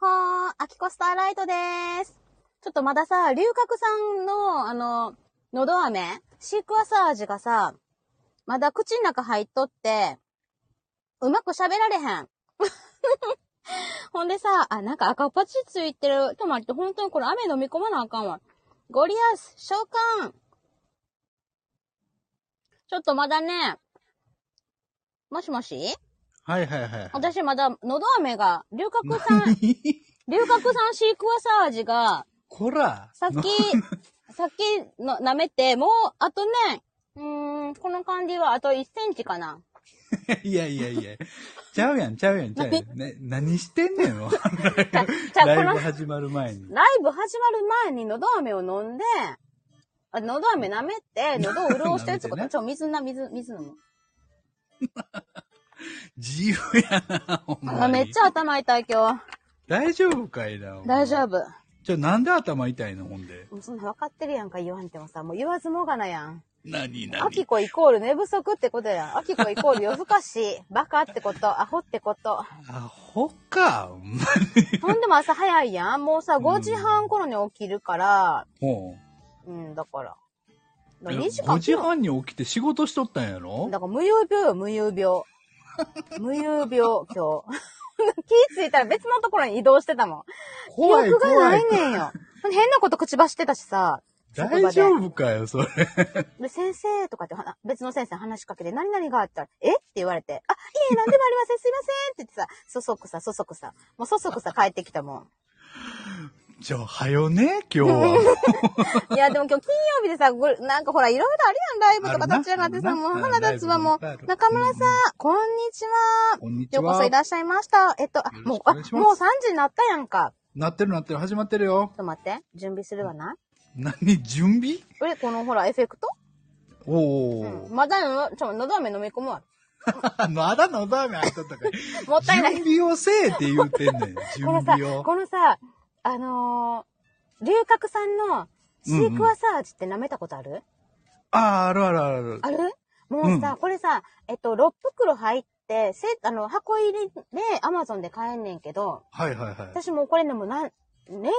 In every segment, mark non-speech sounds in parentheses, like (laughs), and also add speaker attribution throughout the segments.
Speaker 1: アキコスターライトです。ちょっとまださ、龍角さんの、あの、のど飴、シークワーサー味がさ、まだ口の中入っとって、うまく喋られへん。 (laughs) ほんでさ、あ、なんか赤パチついてる。トマト、本当にこれ雨飲み込まなあかんわ。ゴリアス、召喚ちょっとまだね、もしもし
Speaker 2: はいはいはいはい。
Speaker 1: 私まだ、のど飴が、龍角散、龍角散シークワーサー味が、
Speaker 2: (laughs) こら
Speaker 1: さっき、さっきの舐めて、もう、あとね、うーん、この感じはあと1センチか
Speaker 2: (laughs)
Speaker 1: な。
Speaker 2: (laughs) いやいやいや。ちゃうやん、ちゃうやん、ちゃうやん。ね、何してんねん
Speaker 1: (laughs)
Speaker 2: の
Speaker 1: じゃ、じゃ、
Speaker 2: ラ
Speaker 1: こ
Speaker 2: イ
Speaker 1: の
Speaker 2: ブ、始まる前に。
Speaker 1: ライブ始まる前にのど飴を飲んで、あのど飴舐め
Speaker 2: (laughs)
Speaker 1: て、喉を潤してるってこ
Speaker 2: 舐め
Speaker 1: と
Speaker 2: てね
Speaker 1: ちょ、水な、水、水飲む。
Speaker 2: 自由やな、ほん
Speaker 1: あ
Speaker 2: ま
Speaker 1: めっ
Speaker 2: に
Speaker 1: ち。ゃ頭痛い今
Speaker 2: 大丈夫かいな。
Speaker 1: 日。大丈
Speaker 2: 夫。
Speaker 1: 夫。
Speaker 2: じゃあなんで頭痛いの、ほんで。
Speaker 1: もうそんな分かってるやんか言わんてもさ、もう言わずもがなやん。
Speaker 2: なにな
Speaker 1: アキ
Speaker 2: に
Speaker 1: コイコール寝不足ってことやん。アキコイコール夜更かし、バカってこと、アホってこと。
Speaker 2: アホか、ほ
Speaker 1: (laughs)
Speaker 2: んま
Speaker 1: ほんでも朝早いやん。もうさ、5時半頃に起きるから、
Speaker 2: ほ
Speaker 1: うん、だから。
Speaker 2: う。
Speaker 1: 2時間
Speaker 2: 5時半に起きて仕事しとったんやろ
Speaker 1: だから無遊病よ、無遊病。 (laughs) 無遊病、今日。 (laughs) 気ぃついたら別のところに移動してたもん。記
Speaker 2: 怖い
Speaker 1: 憶が
Speaker 2: 怖
Speaker 1: ないい。ねんよ。変なこと口走ってたしさ。職場
Speaker 2: 大
Speaker 1: で
Speaker 2: 丈夫かよ、それ。
Speaker 1: で、先生とかって話別の先生に話しかけて、何々があったら、えって言われて、あ、いえ、何でもありません、すいませんって言ってさ、そそくさ、そそくさ、もうそそくさ帰ってきたも
Speaker 2: じゃあ、はよね、今日
Speaker 1: (laughs)
Speaker 2: は。
Speaker 1: ん。いや、でも今日金曜日でさ、ごなんかほら、いろいろあるやん、ライブと
Speaker 2: ある
Speaker 1: か
Speaker 2: な
Speaker 1: 立ち上がって
Speaker 2: あ
Speaker 1: さ、
Speaker 2: るな
Speaker 1: もう
Speaker 2: うん
Speaker 1: 花立つはも
Speaker 2: ライブ
Speaker 1: う、
Speaker 2: いっぱいあ
Speaker 1: 中
Speaker 2: る
Speaker 1: 村さん
Speaker 2: うん、
Speaker 1: こんにちは。
Speaker 2: こんにち
Speaker 1: ようこそい
Speaker 2: は。
Speaker 1: らっしゃいました。えっと、あ
Speaker 2: よろ
Speaker 1: もう
Speaker 2: しく、お
Speaker 1: あ、
Speaker 2: 願
Speaker 1: もう
Speaker 2: いします
Speaker 1: 3時になったやんか。
Speaker 2: なってるなってる、始まってる
Speaker 1: ち
Speaker 2: よ
Speaker 1: ょっ。と待って、準備するわな。
Speaker 2: 何、準備
Speaker 1: え、このほら、エフェクト
Speaker 2: お
Speaker 1: う
Speaker 2: ー。
Speaker 1: ん。まだよ、ちょ、のど飴飲み込むわ。
Speaker 2: まだのだめあったとか。
Speaker 1: もったいない。
Speaker 2: 準備をせえって言う
Speaker 1: (laughs)
Speaker 2: てんねん。準
Speaker 1: このさ、
Speaker 2: 備を。
Speaker 1: このさ、あのー、龍角さんのシークワーサー味って舐めたことある、
Speaker 2: ああ、あるあるある。
Speaker 1: あるもうさ、これさ、えっと、6袋入って、せあの、箱入りで Amazon で買えんねんけど、
Speaker 2: はいはいはい。
Speaker 1: 私もうこれね、もうなん、年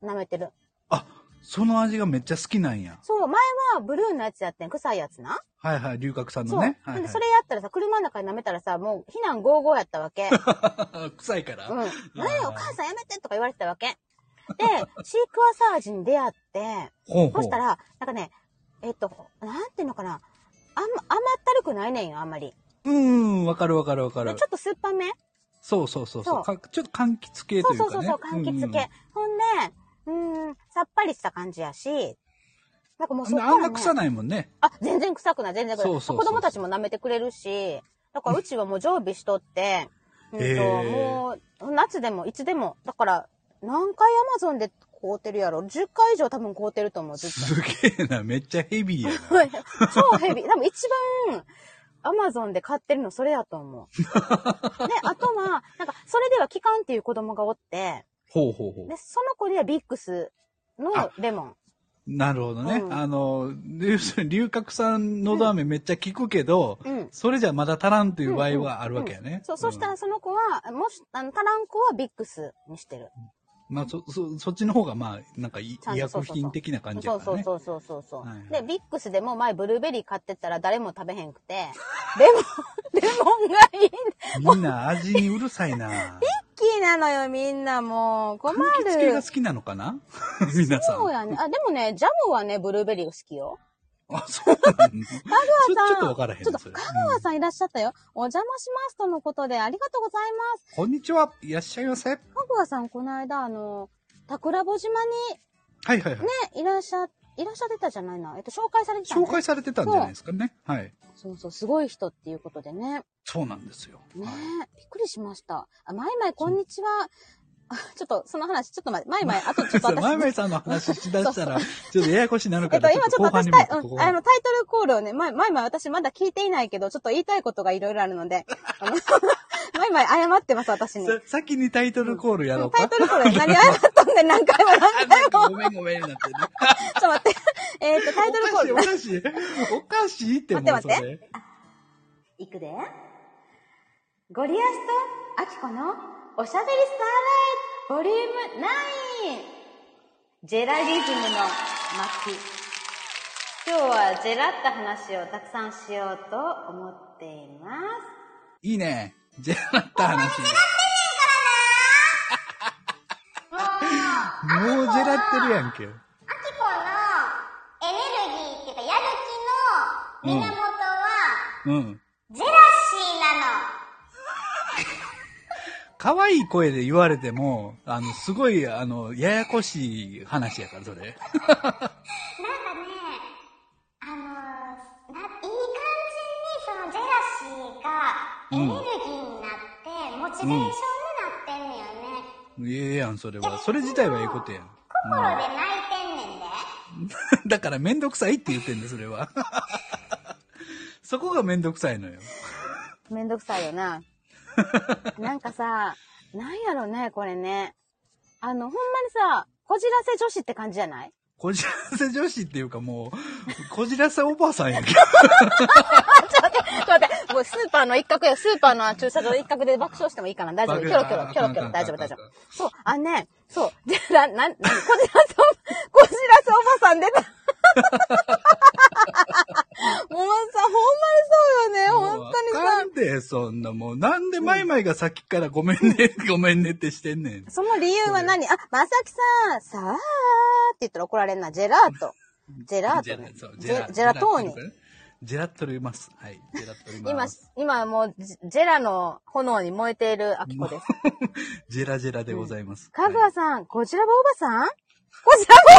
Speaker 1: 中舐めてる。
Speaker 2: あ、その味がめっちゃ好きなんや。
Speaker 1: そう、前はブルーのやつやってん、臭いやつな。
Speaker 2: はいはい、龍角さん
Speaker 1: そ
Speaker 2: の
Speaker 1: う。
Speaker 2: ね。は
Speaker 1: ほ
Speaker 2: い
Speaker 1: ん
Speaker 2: は
Speaker 1: で
Speaker 2: い
Speaker 1: それやったらさ、車の中に舐めたらさ、もう避難55やったわ
Speaker 2: (laughs)
Speaker 1: け。う
Speaker 2: 臭いから。
Speaker 1: ん。
Speaker 2: は
Speaker 1: ね
Speaker 2: ー
Speaker 1: え、お母さんやめてとか言われてたわけ。で、シークワーサー味に出会って、
Speaker 2: ほうほ。
Speaker 1: そうしたら、なんかね、えっと、なんていうのかな、あんま、甘ったるくないねんよ、あんまり。
Speaker 2: うーん、わかるわかるわか
Speaker 1: で
Speaker 2: る
Speaker 1: ち。ょっと酸っぱめ
Speaker 2: そうそうそうそ。
Speaker 1: そうう
Speaker 2: かちょっと柑橘系
Speaker 1: そ
Speaker 2: と
Speaker 1: う
Speaker 2: いう
Speaker 1: そうそ
Speaker 2: か
Speaker 1: う
Speaker 2: ね。
Speaker 1: そう、柑橘系。ほんで、うーん、さっぱりした感じやし、なんかもう
Speaker 2: うん
Speaker 1: そっ
Speaker 2: うん。
Speaker 1: か
Speaker 2: あん
Speaker 1: ら、
Speaker 2: ま
Speaker 1: ね、
Speaker 2: 臭ないもんね。
Speaker 1: あ、全然臭くない、全然臭くない。
Speaker 2: そうそうそう
Speaker 1: 子供たちも舐めてくれるし、だからうちはもう常備しとって、うんと、
Speaker 2: へー
Speaker 1: もう、夏でもいつでも、だから、何回アマゾンで凍ってるやろ ?10 回以上多分凍ってると思う、ずっと。 (laughs)
Speaker 2: すげえな、めっちゃヘビーやな。
Speaker 1: 超ヘビー。多分一番、アマゾンで買ってるのそれやと思
Speaker 2: (laughs)
Speaker 1: う。で、あとは、なんか、それでは期間っていう子供がおって、
Speaker 2: ほうほうほう
Speaker 1: で、。その子にはビックスの
Speaker 2: あ
Speaker 1: レモン。
Speaker 2: なるほどね。
Speaker 1: うん
Speaker 2: あの、要するに龍角さんのど飴めっちゃ効くけど、
Speaker 1: うん
Speaker 2: それじゃまだ足らんっていう場合はあるわけやね。
Speaker 1: そう、そした
Speaker 2: ん
Speaker 1: らその子は、もし、あの、タランコはビックスにしてる。
Speaker 2: まあ、そ、そ、そっちの方が、まあ、なんかい、
Speaker 1: ちゃん
Speaker 2: 医
Speaker 1: と
Speaker 2: 薬品的な感じ
Speaker 1: そ
Speaker 2: や
Speaker 1: う
Speaker 2: か
Speaker 1: そ
Speaker 2: ら
Speaker 1: う
Speaker 2: ね。
Speaker 1: そうそうそうそう、
Speaker 2: はいはい
Speaker 1: で、ビックスでも前ブルーベリー買ってたら誰も食べへんくて、レモン、 (laughs) レモンがいい。
Speaker 2: みんな味にうる
Speaker 1: (laughs)
Speaker 2: さいな。
Speaker 1: 好きなのよ、みんなもう。困る。
Speaker 2: 柑橘系が好きなのかな (laughs) 皆さん。
Speaker 1: そうやね。あ、でもね、ジャムはね、ブルーベリーが好きよ。
Speaker 2: あ、そうなのちょ
Speaker 1: さん
Speaker 2: ちょっとわからへん
Speaker 1: ちょっ
Speaker 2: な
Speaker 1: と、
Speaker 2: そ
Speaker 1: 香
Speaker 2: れ
Speaker 1: 川さんいらっしゃったよ。お邪魔しますとのことで、ありがとうございます。
Speaker 2: こんにちは。いらっしゃいませ。はい
Speaker 1: 香川さん、この間、あの、桜穂島に
Speaker 2: はいはい。
Speaker 1: ね、いらっしゃ、いらっしゃってたじゃないな。えっと、紹介されてた、ね、
Speaker 2: 紹介されてたんじゃないですかね。はい。
Speaker 1: そうそう、すごい人っていうことでね。
Speaker 2: そうなんですよ。
Speaker 1: ね
Speaker 2: はい
Speaker 1: びっくりしました。あ、まいまい、こんにちは。あちょっと、その話、ちょっと待って、まいまい、あとちょっと
Speaker 2: そう、 (laughs)
Speaker 1: 私。
Speaker 2: まいまいさんの話しだしたら、ちょっとややこしになる
Speaker 1: え
Speaker 2: か
Speaker 1: っと、
Speaker 2: ら、
Speaker 1: 今ちょっと
Speaker 2: 後半
Speaker 1: 私
Speaker 2: に
Speaker 1: た
Speaker 2: も
Speaker 1: い、
Speaker 2: ちょっと
Speaker 1: う
Speaker 2: こ
Speaker 1: ん
Speaker 2: こ
Speaker 1: あの、タイトルコールをね、前、前々私まだ聞いていないけど、ちょっと言いたいことがいろいろあるの
Speaker 2: (laughs)
Speaker 1: で、あの、 (laughs) 前々謝ってます、私に。
Speaker 2: さ (laughs) 先にタイトルコールやろう
Speaker 1: タ
Speaker 2: か
Speaker 1: イ。トルコール、
Speaker 2: (laughs)
Speaker 1: 何謝ったんで何回も
Speaker 2: あ
Speaker 1: 何
Speaker 2: な
Speaker 1: 回
Speaker 2: ん
Speaker 1: も。
Speaker 2: かごめんごめんなってね。
Speaker 1: ちょっと待って。えっと、タイトルコール
Speaker 2: お。かしい、おかしい。おかしいってもう
Speaker 1: 待っ
Speaker 2: そ
Speaker 1: て
Speaker 2: れ。
Speaker 1: 待いくで。ゴリアスとアキコのおしゃべりスターライボリューム9ジェラリズムの巻今日はジェラった話をたくさんしようと思っています。
Speaker 2: いいね。ジェラった話。
Speaker 1: もう、あ
Speaker 2: もうジェラってるやんけ。
Speaker 3: きこのエネルギーっていうか、やる気の源は、
Speaker 2: うん。
Speaker 3: ジェラシーなの。
Speaker 2: 可愛い声で言われても、あの、すごい、あの、ややこしい話やから、それ。 (laughs)
Speaker 3: なんかね、あのーな、いい感じにそのジェラシーがエネルギーになって、モチベーションになってんねよね。
Speaker 2: ええやん、それは。それ自体はええことやん。 (laughs)
Speaker 3: 心で泣いてんねんで。
Speaker 2: だからめんどくさいって言ってんだ、それは。 (laughs) そこがめんどくさいのよ。
Speaker 1: めんどくさいよ (laughs) な。なんかさ、なんやろね、これね。あの、ほんまにさ、こじらせ女子って感じじゃない
Speaker 2: こじらせ女子っていうかもう、こじらせおばあさんやんけ。
Speaker 1: ちょっと待って、もうスーパーの一角や、スーパーの駐車場の一角で爆笑してもいいかな。大丈夫。キョロキョロ、キョロキョロ、大丈夫、大丈夫。そう、あ、ね、そう、で、な、な、な (laughs) こじらせお、こじらせおばさん出た。 (laughs) もうさ、ほんまにそうよね、 (laughs) 本当に
Speaker 2: わ
Speaker 1: さ
Speaker 2: か。んで、そんなもう。なんでマイマイがさっきからごめん
Speaker 1: (laughs)
Speaker 2: ね、ごめんねってしてんねん。
Speaker 1: その理由は何あ、まさきさん、さあーって言ったら怒られんな。ジェラー (laughs) ト。ジェラートね。
Speaker 2: そう
Speaker 1: ジェジェラトーニ。。
Speaker 2: ジェラトリます。はい。ジェラトリ
Speaker 1: 今
Speaker 2: ます。、
Speaker 1: 今もうジ、ジェラの炎に燃えているアキコです。
Speaker 2: ジェラジェラでございます。
Speaker 1: かぐわ
Speaker 2: はい
Speaker 1: さん、こちらばおばさんこちらばおば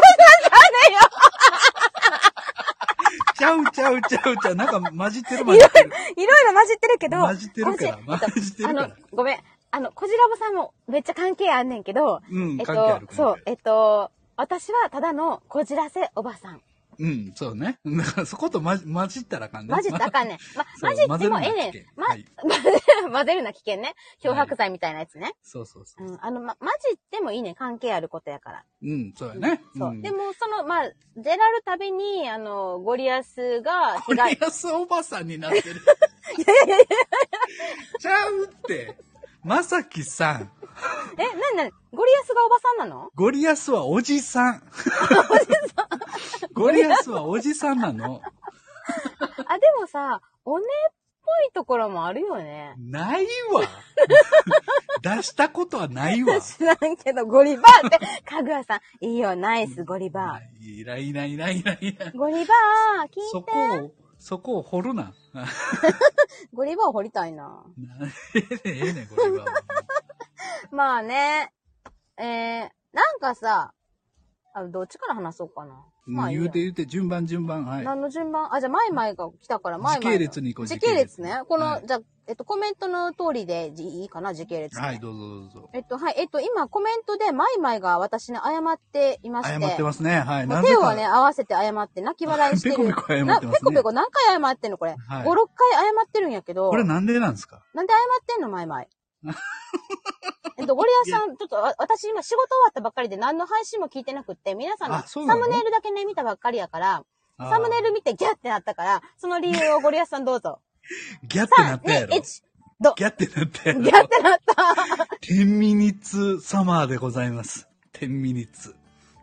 Speaker 1: さんじゃねえよ
Speaker 2: ちゃうちゃうちゃうちゃう。なんか混
Speaker 1: (laughs)
Speaker 2: じってる混じってる。
Speaker 1: いろいろ混じってるけど。
Speaker 2: 混じってるから
Speaker 1: こじ
Speaker 2: 混じってるから
Speaker 1: えっとあの、ごめん。あの、こじらぼさんもめっちゃ関係あんねんけど。
Speaker 2: うん
Speaker 1: えっ
Speaker 2: 関係あ
Speaker 1: と
Speaker 2: る関、係あ
Speaker 1: そう、
Speaker 2: る
Speaker 1: えっと、私はただのこじらせおばさん。
Speaker 2: うん、そうね。だからそことまじ混じったらあかんね。
Speaker 1: 混じったらあかんね
Speaker 2: (laughs)
Speaker 1: ん。ま、
Speaker 2: そ
Speaker 1: 混
Speaker 2: う
Speaker 1: じってもええねん。ま、
Speaker 2: 混ぜ
Speaker 1: (laughs) 混ぜるな危険ね。漂白剤みたいなやつね。
Speaker 2: そうそうそうう。
Speaker 1: ん。あの、ま、混じってもいいねん。関係あることやから。
Speaker 2: うん、そうやね。
Speaker 1: そう。
Speaker 2: ん
Speaker 1: で、も、その、まあ、ジェラルたびに、あの、ゴリアスが、
Speaker 2: ゴリアスおばさんになって
Speaker 1: (laughs)
Speaker 2: る。ちゃうって。まさきさん。
Speaker 1: (laughs) え、なになにゴリアスがおばさんなの
Speaker 2: ゴリアスはおじさん。ゴリアスはおじさんなの。
Speaker 1: あ、でもさ、おねっぽいところもあるよね。 (laughs)
Speaker 2: ないわ。出したことはないわ。
Speaker 1: 知らんけど、ゴリバー
Speaker 2: (laughs)
Speaker 1: って、かぐわさん、いいよ、ナイス、ゴリバ
Speaker 2: いないいないいないいないいない
Speaker 1: ー。。ゴリバー、聞
Speaker 2: そ
Speaker 1: い
Speaker 2: こを、そこを掘るな。
Speaker 1: ゴリバー掘りたいな。
Speaker 2: ええねんええねん、これは。
Speaker 1: まあね、えー、なんかさ、あどっちから話そうかな。まあいい
Speaker 2: 言
Speaker 1: や
Speaker 2: うて言うて、順番順番、はい。
Speaker 1: 何の順番あ、じゃあ、マイマイが来たから、マイマイの。
Speaker 2: 時系列に行こう
Speaker 1: 時系列
Speaker 2: 時系
Speaker 1: ね
Speaker 2: 列。
Speaker 1: この、
Speaker 2: はい
Speaker 1: じゃあえっと、コメントの通りでじいいかな、時系列で。
Speaker 2: はい、どうぞどうぞ。
Speaker 1: えっと、はい、えっと、今、コメントで、マイマイが私に謝っていまして。
Speaker 2: 謝ってますね、はい。
Speaker 1: も
Speaker 2: な
Speaker 1: う
Speaker 2: ぜ
Speaker 1: 手
Speaker 2: か
Speaker 1: をね、合わせて謝って、泣き笑いしてる。
Speaker 2: ペコペコ謝ってますね
Speaker 1: なペコペコ何回謝ってんのこれ。
Speaker 2: は
Speaker 1: 5、
Speaker 2: い
Speaker 1: 6回謝ってるんやけど。
Speaker 2: これ
Speaker 1: な
Speaker 2: なんでなんですか
Speaker 1: んで謝ってんの毎
Speaker 2: (laughs)
Speaker 1: 毎。えっと、ゴリアスさん、ちょっと、わ私今仕事終わったばっかりで何の配信も聞いてなくって、皆さんの
Speaker 2: あ
Speaker 1: サ
Speaker 2: そうなの
Speaker 1: ムネイルだけね、見たばっかりやから、
Speaker 2: あー
Speaker 1: サムネイル見てギャってなったから、その理由をゴリアスさんどうぞ。
Speaker 2: ギャって
Speaker 1: 3、
Speaker 2: なったや
Speaker 1: 2、
Speaker 2: ろ。
Speaker 1: 1、ど。ギ
Speaker 2: ギャってなったやろ。
Speaker 1: ャってなった。
Speaker 2: 10ミニッツサマーでございます。10ミニッツ。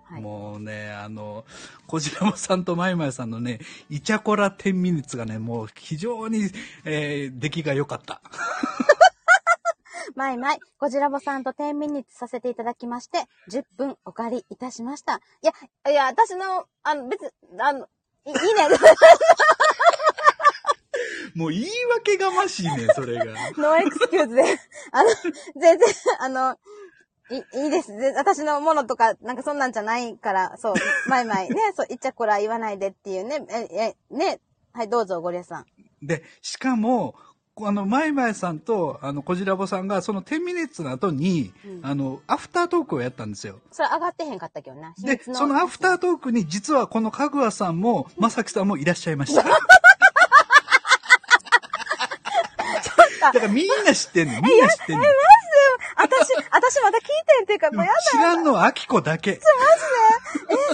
Speaker 1: はい
Speaker 2: もうね、あの、こちらもさんとまいまいさんのね、イチャコラ10ミニッツがね、もう非常に、えー出来が良かった。 (laughs)
Speaker 1: マイマイ、ゴジラボさんと10ミニッツさせていただきまして、10分お借りいたしました。いや、いや、私の、あの、別に、あの、いいいね。 (laughs)
Speaker 2: もう言い訳がましいね、それが。
Speaker 1: ノーエクスキューズで。あの、全然、あの、いいいです。ぜ私のものとか、なんかそんなんじゃないから、そう、マイマイ。ね、そう、いっちゃこら言わないでっていうね、え、え、ね、はい、どうぞ、ゴリラさん。
Speaker 2: で、しかも、こあの、まいまいさんと、あの、こじらぼさんが、その10ミニッツの後に、
Speaker 1: うん
Speaker 2: あの、アフタートークをやったんですよ。
Speaker 1: それ上がってへんかったけどな。
Speaker 2: で、そのアフタートークに、実はこのかぐわさんも、まさきさんもいらっしゃい
Speaker 1: (laughs)
Speaker 2: ました。だからみんな知ってんの。みんな知ってんの。
Speaker 1: 私、私まだ聞いてんっていうか、もうやだ
Speaker 2: 知らんのはあきこだけ。
Speaker 1: えー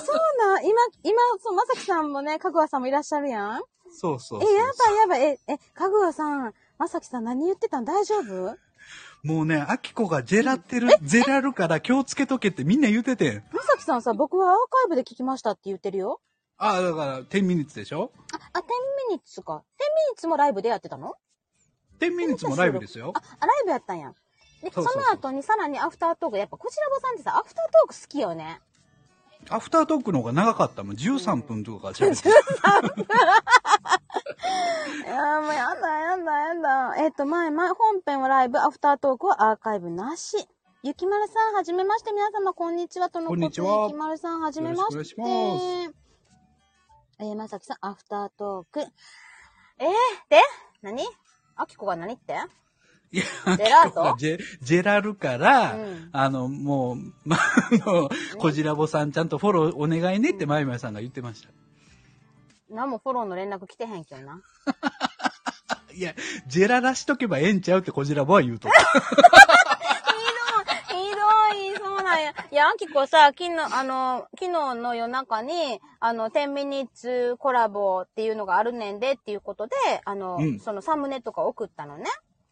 Speaker 1: そうなん今、今、そう、まさきさんもね、かぐわさんもいらっしゃるやん。
Speaker 2: そうそう
Speaker 1: え、
Speaker 2: そう
Speaker 1: やばいやばい。え、え、かぐわさん、まさきさん何言ってたん大丈夫
Speaker 2: もうね、アキコがジェラってる、ジェラるから気をつけとけってみんな言っててん。
Speaker 1: まさきさんさ、僕はアーカイブで聞きましたって言ってるよ。
Speaker 2: ああ、だから、10ミニッツでしょ
Speaker 1: あ、あ、10ミニッツか。10ミニッツもライブでやってたの
Speaker 2: ?10 ミニッツもライブですよ
Speaker 1: あ。、あライブやったんや。で、そ
Speaker 2: そ
Speaker 1: う
Speaker 2: そうそう
Speaker 1: の後にさらにアフタートーク、やっぱこちらばさんってさ、アフタートーク好きよね。
Speaker 2: アフタートークの方が長かったもん。13分とか喋って。
Speaker 1: いやーもうやだやだやだ。えっ、と、前、前、本編はライブ、アフタートークはアーカイブなし。ゆきまるさん、はじめまして。皆様、こんにちは。とのこ
Speaker 2: こと
Speaker 1: で、ゆ
Speaker 2: んにちは
Speaker 1: きまるさん、はじめまして。
Speaker 2: よろしくお願い
Speaker 1: えー、まさきさん、アフタートーク。えー、で何あきこが何って
Speaker 2: いや、
Speaker 1: ジェラート
Speaker 2: ジェジェラるから、
Speaker 1: うん
Speaker 2: あの、もう、ま、あの、こじらぼさんちゃんとフォローお願いねってまいまいさんが言ってました。
Speaker 1: 何もフォローの連絡来てへんけどな。
Speaker 2: いや、ジェラらしとけばええんちゃうってこじらぼ
Speaker 1: (laughs)
Speaker 2: は言うとった。
Speaker 1: ひどい、そうなんや。いや、あきこさ、昨日、あの、昨日の夜中に、あの、10ミニッツコラボっていうのがあるねんでっていうことで、あの、
Speaker 2: うん
Speaker 1: そのサムネとか送ったのね。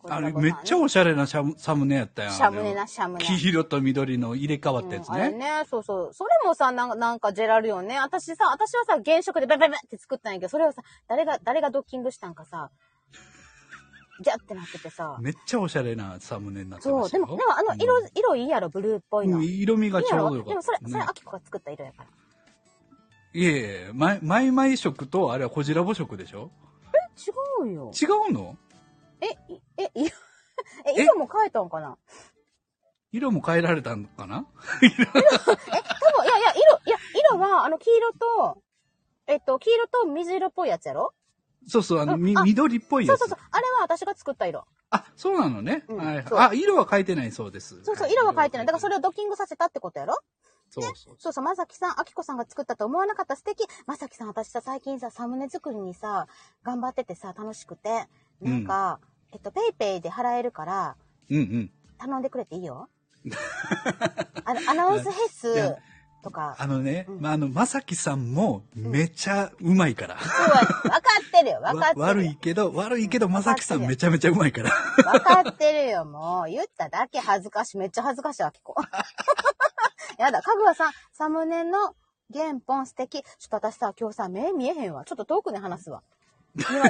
Speaker 2: あれ、めっちゃ
Speaker 1: お
Speaker 2: おしゃれなシャムサムネやったやん。
Speaker 1: シャムネな、シャムネ。
Speaker 2: 黄色と緑の入れ替わったやつ
Speaker 1: うんあれ
Speaker 2: ね。
Speaker 1: ね、そうそう。それもさ、なんなんかジェラルよね。私さ、私はさ、原色でベベベって作ったんやけど、それをさ、誰が、誰がドッキングしたんかさ、ジャってなっててさ。
Speaker 2: めっちゃおしゃれなサムネになって
Speaker 1: そ
Speaker 2: ま
Speaker 1: う、
Speaker 2: した
Speaker 1: で
Speaker 2: よ。
Speaker 1: も、でもあの、色、色いいやろ、ブルーっぽいの。
Speaker 2: うん
Speaker 1: いい
Speaker 2: 色味がち
Speaker 1: や
Speaker 2: ょうど
Speaker 1: ろ
Speaker 2: よ
Speaker 1: で
Speaker 2: か
Speaker 1: も
Speaker 2: っ
Speaker 1: それ、
Speaker 2: た、
Speaker 1: それ、あきこが作った色やから。
Speaker 2: いえいえ、ま、マイマイ色と、あれはこじらぼ色でしょ
Speaker 1: 違うよ。
Speaker 2: 違うの
Speaker 1: え、いえ、 (laughs) いえ、色も変えたんかな
Speaker 2: 色も変えられたのかな
Speaker 1: 多分、いやいや、色、いや、色は、あの、黄色と、えっと、黄色と水色っぽいやつやろ
Speaker 2: そうそう、あの、み
Speaker 1: あ
Speaker 2: 緑っぽい
Speaker 1: そ
Speaker 2: や
Speaker 1: う
Speaker 2: つ。
Speaker 1: そうそう。あれは私が作った色。
Speaker 2: あ、そうなのね。
Speaker 1: うん
Speaker 2: はいはい
Speaker 1: そう
Speaker 2: あ、色は変えてないそうです。
Speaker 1: そうそ
Speaker 2: は
Speaker 1: う、色は変えてない。だからそ
Speaker 2: れ。
Speaker 1: れをドッキングさせたってことやろ
Speaker 2: そうそう。
Speaker 1: そうそう、まさきさん、あきこさんが作ったと思わなかった素敵。まさきさん、私さ、最近さ、サムネ作りにさ、頑張っててさ、楽しくて。なんか、えっと、ペイペイで払えるから、
Speaker 2: うん
Speaker 1: 頼んでくれていい
Speaker 2: (laughs)
Speaker 1: よ。あのアナウンスヘッスと
Speaker 2: うん。
Speaker 1: か。
Speaker 2: あのね、
Speaker 1: うん
Speaker 2: まあ、あの、まさきさんも、めちゃうまいから。
Speaker 1: そうや分かってるよ、分か
Speaker 2: わ
Speaker 1: ってる。
Speaker 2: 悪い。けど、悪いけど、
Speaker 1: うん
Speaker 2: まさきさん
Speaker 1: わかってる
Speaker 2: めちゃめちゃうまいから。、
Speaker 1: 分かってるよ、もう。言っただけ恥ずかしい。めっちゃ恥ずかしい、あきこ。 (laughs) やだ、かぐわさん、サムネの原本素敵。ちょっと私さ、今日さ、目見えへんわ。ちょっと遠くで話すわ。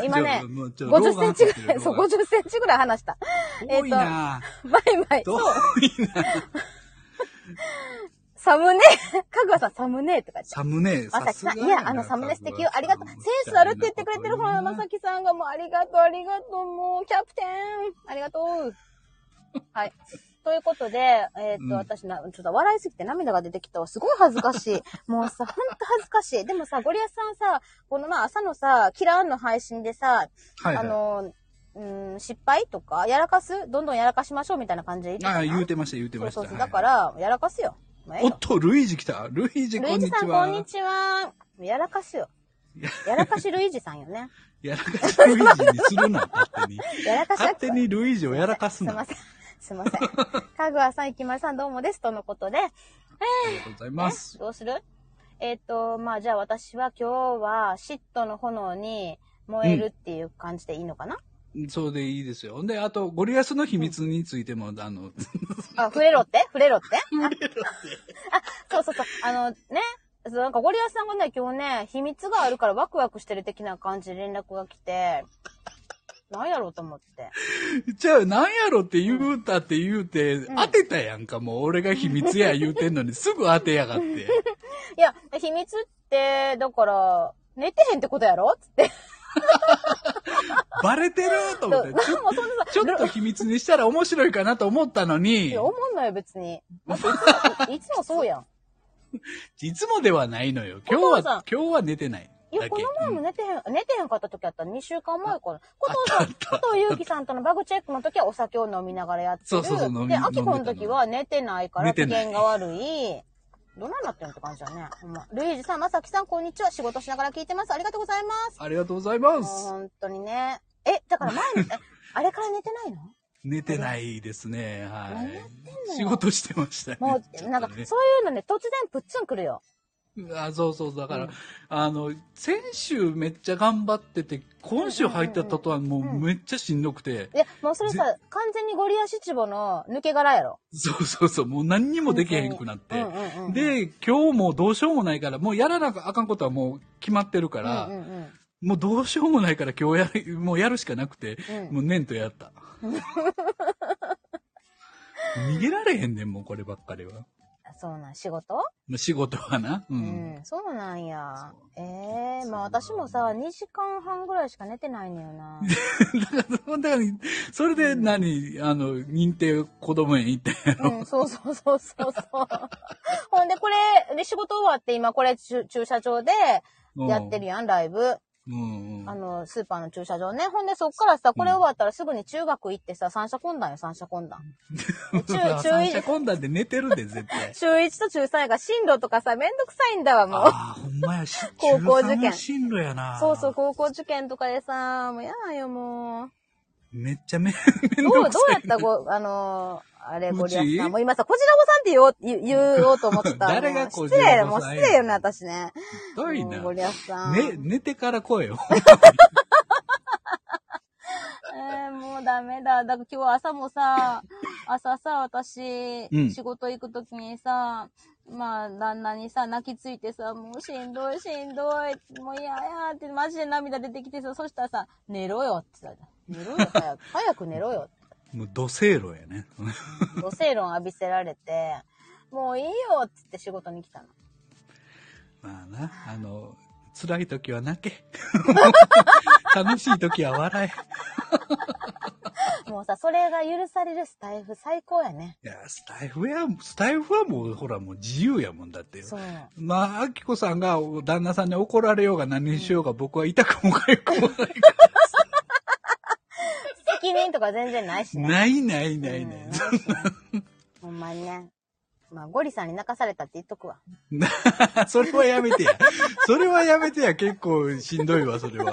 Speaker 1: 今、今ね
Speaker 2: も (laughs) うちょっと
Speaker 1: 50センチぐらい、そう、。50センチぐらい離した。
Speaker 2: 遠いな
Speaker 1: バイバイ。
Speaker 2: 遠いな
Speaker 1: サムネ、 (laughs) かぐわさん、サムネとか言って
Speaker 2: サムネ、
Speaker 1: まさきさ
Speaker 2: すが
Speaker 1: ん、
Speaker 2: や
Speaker 1: い
Speaker 2: な
Speaker 1: や、あの、サムネ素敵よ。ありがとう。センスあるって言ってくれてるほら、まさきさんがもう、ありがとう、ありがとう、もう、キャプテン、ありがとう。はい。ということで、えっ、
Speaker 2: うん
Speaker 1: と、私な、ちょっと笑いすぎて涙が出てきたわ。すごい恥ずかしい。
Speaker 2: (laughs)
Speaker 1: もうさ、ほんと恥ずかしい。でもさ、ゴリアスさんさ、このまあ、朝のさ、キラーンの配信でさ、
Speaker 2: はいはい
Speaker 1: あの、うん、失敗とか、やらかすどんどんやらかしましょうみたいな感じで言ってた
Speaker 2: あ
Speaker 1: な
Speaker 2: あ、言うてました、言うて
Speaker 1: そ
Speaker 2: ま
Speaker 1: う
Speaker 2: した。
Speaker 1: そうそう。
Speaker 2: はい
Speaker 1: だから、やらかすよ。もうええ
Speaker 2: お
Speaker 1: よ
Speaker 2: っと、ルイージ来た。ルイージ、
Speaker 1: ル
Speaker 2: こ
Speaker 1: イー
Speaker 2: ん
Speaker 1: ジ
Speaker 2: に
Speaker 1: さ
Speaker 2: ち
Speaker 1: ん、こ
Speaker 2: は。
Speaker 1: んにちは。やらかしよ。やらかしルイージさんよね。
Speaker 2: やらかしルイージにするな、勝手に。
Speaker 1: やらかし
Speaker 2: 勝手にルイージをやらかす
Speaker 1: すい
Speaker 2: な。
Speaker 1: ま
Speaker 2: あ
Speaker 1: せん。すいません。かぐわさん、いきまるさん、どうもです。とのことで。
Speaker 2: りがとうございます
Speaker 1: え。どうするえっ、と、まあ、じゃあ私は今日は、嫉妬の炎に燃えるっていう感じでいいのかな、
Speaker 2: そうでいいですよ。で、あと、ゴリアスの秘密についても、あの、 (laughs)
Speaker 1: あ、触れろって触れろって触れろって。あ、そうそうそう。あのね、そうなんかゴリアスさんがね、今日ね、秘密があるからワクワクしてる的な感じで連絡が来て、なんやろうと思って。
Speaker 2: じゃあ、なんやろって言うたって言うて、当てたやんか、もう俺が秘密や言うてんのに、すぐ当てや
Speaker 1: (laughs)
Speaker 2: がって。
Speaker 1: いや、秘密って、だから、寝てへんってことやろつって。
Speaker 2: バレてると
Speaker 1: ど
Speaker 2: 思
Speaker 1: う
Speaker 2: って、
Speaker 1: なんもそんなさ、
Speaker 2: ちょっと秘密にしたら面白いかなと思ったの
Speaker 1: い
Speaker 2: に
Speaker 1: や、、思んないよ、別に。だっていつも、いつもそうや
Speaker 2: (laughs)
Speaker 1: ん。
Speaker 2: いつもではないのよ。今
Speaker 1: お父
Speaker 2: 日
Speaker 1: さん
Speaker 2: は、今日は寝てない。
Speaker 1: いや、
Speaker 2: だ
Speaker 1: こ
Speaker 2: け
Speaker 1: の前も寝てへん、寝てへんかった時あったら2週間前から。こ
Speaker 2: あ
Speaker 1: と
Speaker 2: っ
Speaker 1: さん、
Speaker 2: たあった
Speaker 1: ことゆうきさんとのバグチェックの時はお酒を飲みながらやってる。
Speaker 2: そうそうそう飲み
Speaker 1: で、
Speaker 2: 飲ん
Speaker 1: あ
Speaker 2: でた
Speaker 1: き
Speaker 2: の
Speaker 1: この時は寝てないから
Speaker 2: 寝
Speaker 1: 機
Speaker 2: てない
Speaker 1: 嫌が悪い。どないなってんのって感じだね。ほんま。ルイージさん、まさきさん、こんにちは。仕事しながら聞いてます。ありがとうございます。
Speaker 2: ありがとうござい
Speaker 1: も
Speaker 2: ま
Speaker 1: う
Speaker 2: す。
Speaker 1: 本当にね。え、だから前に、えあれから寝てないの
Speaker 2: 寝てないですね。は
Speaker 1: 何やってんのよ
Speaker 2: い。仕事してましたね。
Speaker 1: も
Speaker 2: ちょっ
Speaker 1: う、
Speaker 2: と
Speaker 1: なんか、そうい
Speaker 2: ね
Speaker 1: うのね、突然プッツン来るよ。
Speaker 2: あそうそう、だから、あの、先週めっちゃ頑張ってて、今週入った途端もうめっちゃしんどくて、
Speaker 1: いや、もうそれさ、完全にゴリアシチボの抜け殻やろ。
Speaker 2: そうそうそう、もう何にもできへんくなって、
Speaker 1: うんうんうんうん、
Speaker 2: で、今日もうどうしようもないから、もうやらなあかんことはもう決まってるか
Speaker 1: うん
Speaker 2: ら、
Speaker 1: うんうん、
Speaker 2: もうどうしようもないから今日やる、もうやるしかなくて、
Speaker 1: うん
Speaker 2: もう念と
Speaker 1: (laughs)
Speaker 2: やった。逃げられへんねん、もうこればっかりは。
Speaker 1: そうなん、仕事
Speaker 2: まあ仕事はな。う。
Speaker 1: うんん、そうなんや。ええ
Speaker 2: そう
Speaker 1: まあ私もさ、2時間半ぐらいしか寝てないんだよ
Speaker 2: (laughs)
Speaker 1: な。
Speaker 2: だから、だからそれで何、あの、認定子供園行って、
Speaker 1: うん、そうそうそう
Speaker 2: (laughs)
Speaker 1: そうそう。ほんで、これ、で、仕事終わって今これ駐駐車場で (laughs) やってるやん、ライブ。
Speaker 2: うん (laughs) うん
Speaker 1: あの、スーパーの駐車場ね。ほんで、そっからさ、これ終わったらすぐに中学行ってさ、三者混談よ、三者混談。中中
Speaker 2: 三者混談で寝てるで、
Speaker 1: (laughs)
Speaker 2: 絶対。
Speaker 1: 中1と中3が進路とかさ、めんどくさいんだわ、もう。
Speaker 2: ああ、ほんまや、し
Speaker 1: 高校受験
Speaker 2: 中三の進路やな。
Speaker 1: そうそう、。高校受験とかでさ、もうやだよ、もう。
Speaker 2: めっちゃめ、 (laughs) めん
Speaker 1: ど
Speaker 2: ど
Speaker 1: う、どう
Speaker 2: くさい。
Speaker 1: やったご、あのーあれ、
Speaker 2: うち
Speaker 1: ゴリアスさん。もう今さ、こじらぼさんって言おう、言言おうと思ってた。
Speaker 2: (laughs) 誰が
Speaker 1: もう
Speaker 2: こじ
Speaker 1: 失
Speaker 2: らぼさん
Speaker 1: 礼、
Speaker 2: や
Speaker 1: もう失礼よね、私ね。
Speaker 2: ひどい
Speaker 1: も
Speaker 2: な
Speaker 1: う。ゴリアスさん。
Speaker 2: ね、寝てから来いよ。 (laughs)
Speaker 1: えー、もうダメだ。だから今日朝も
Speaker 2: (laughs)
Speaker 1: さ、朝さ、私、
Speaker 2: うん
Speaker 1: 仕事行くときにさ、まあ、旦那にさ、泣きついてさ、もうしんどいしんどい、もう嫌やって、マジで涙出てきてさ、そしたらさ、寝ろよって言ったじゃん。寝ろよ、
Speaker 2: (laughs)
Speaker 1: 早く。早く寝ろよって。
Speaker 2: もう、土星炉やね。 (laughs)
Speaker 1: 土星論浴びせられて、もういいよって言って仕事に来たの。
Speaker 2: まあな、あの、辛い時は泣け。 (laughs) 楽しい時は笑
Speaker 1: もうさ、それが許されるスタイフ最高やね。
Speaker 2: え。いや、スタイフや、スタイフはもう、ほら、もう自由やもんだってよ。
Speaker 1: そう。
Speaker 2: まあ、アキコさんが旦那さんに怒られようが何にしようが、僕は痛くもかゆく
Speaker 1: (laughs)
Speaker 2: もない。
Speaker 1: 責任とか全然ないしね。
Speaker 2: ないないない
Speaker 1: うん
Speaker 2: ない。
Speaker 1: ないしね
Speaker 2: (laughs)
Speaker 1: ほんまにね。まあ、ゴリさんに泣かされたって言っとく
Speaker 2: (laughs)
Speaker 1: わ。
Speaker 2: それはやめてや。それはやめてや。結構しんどいわ、それは。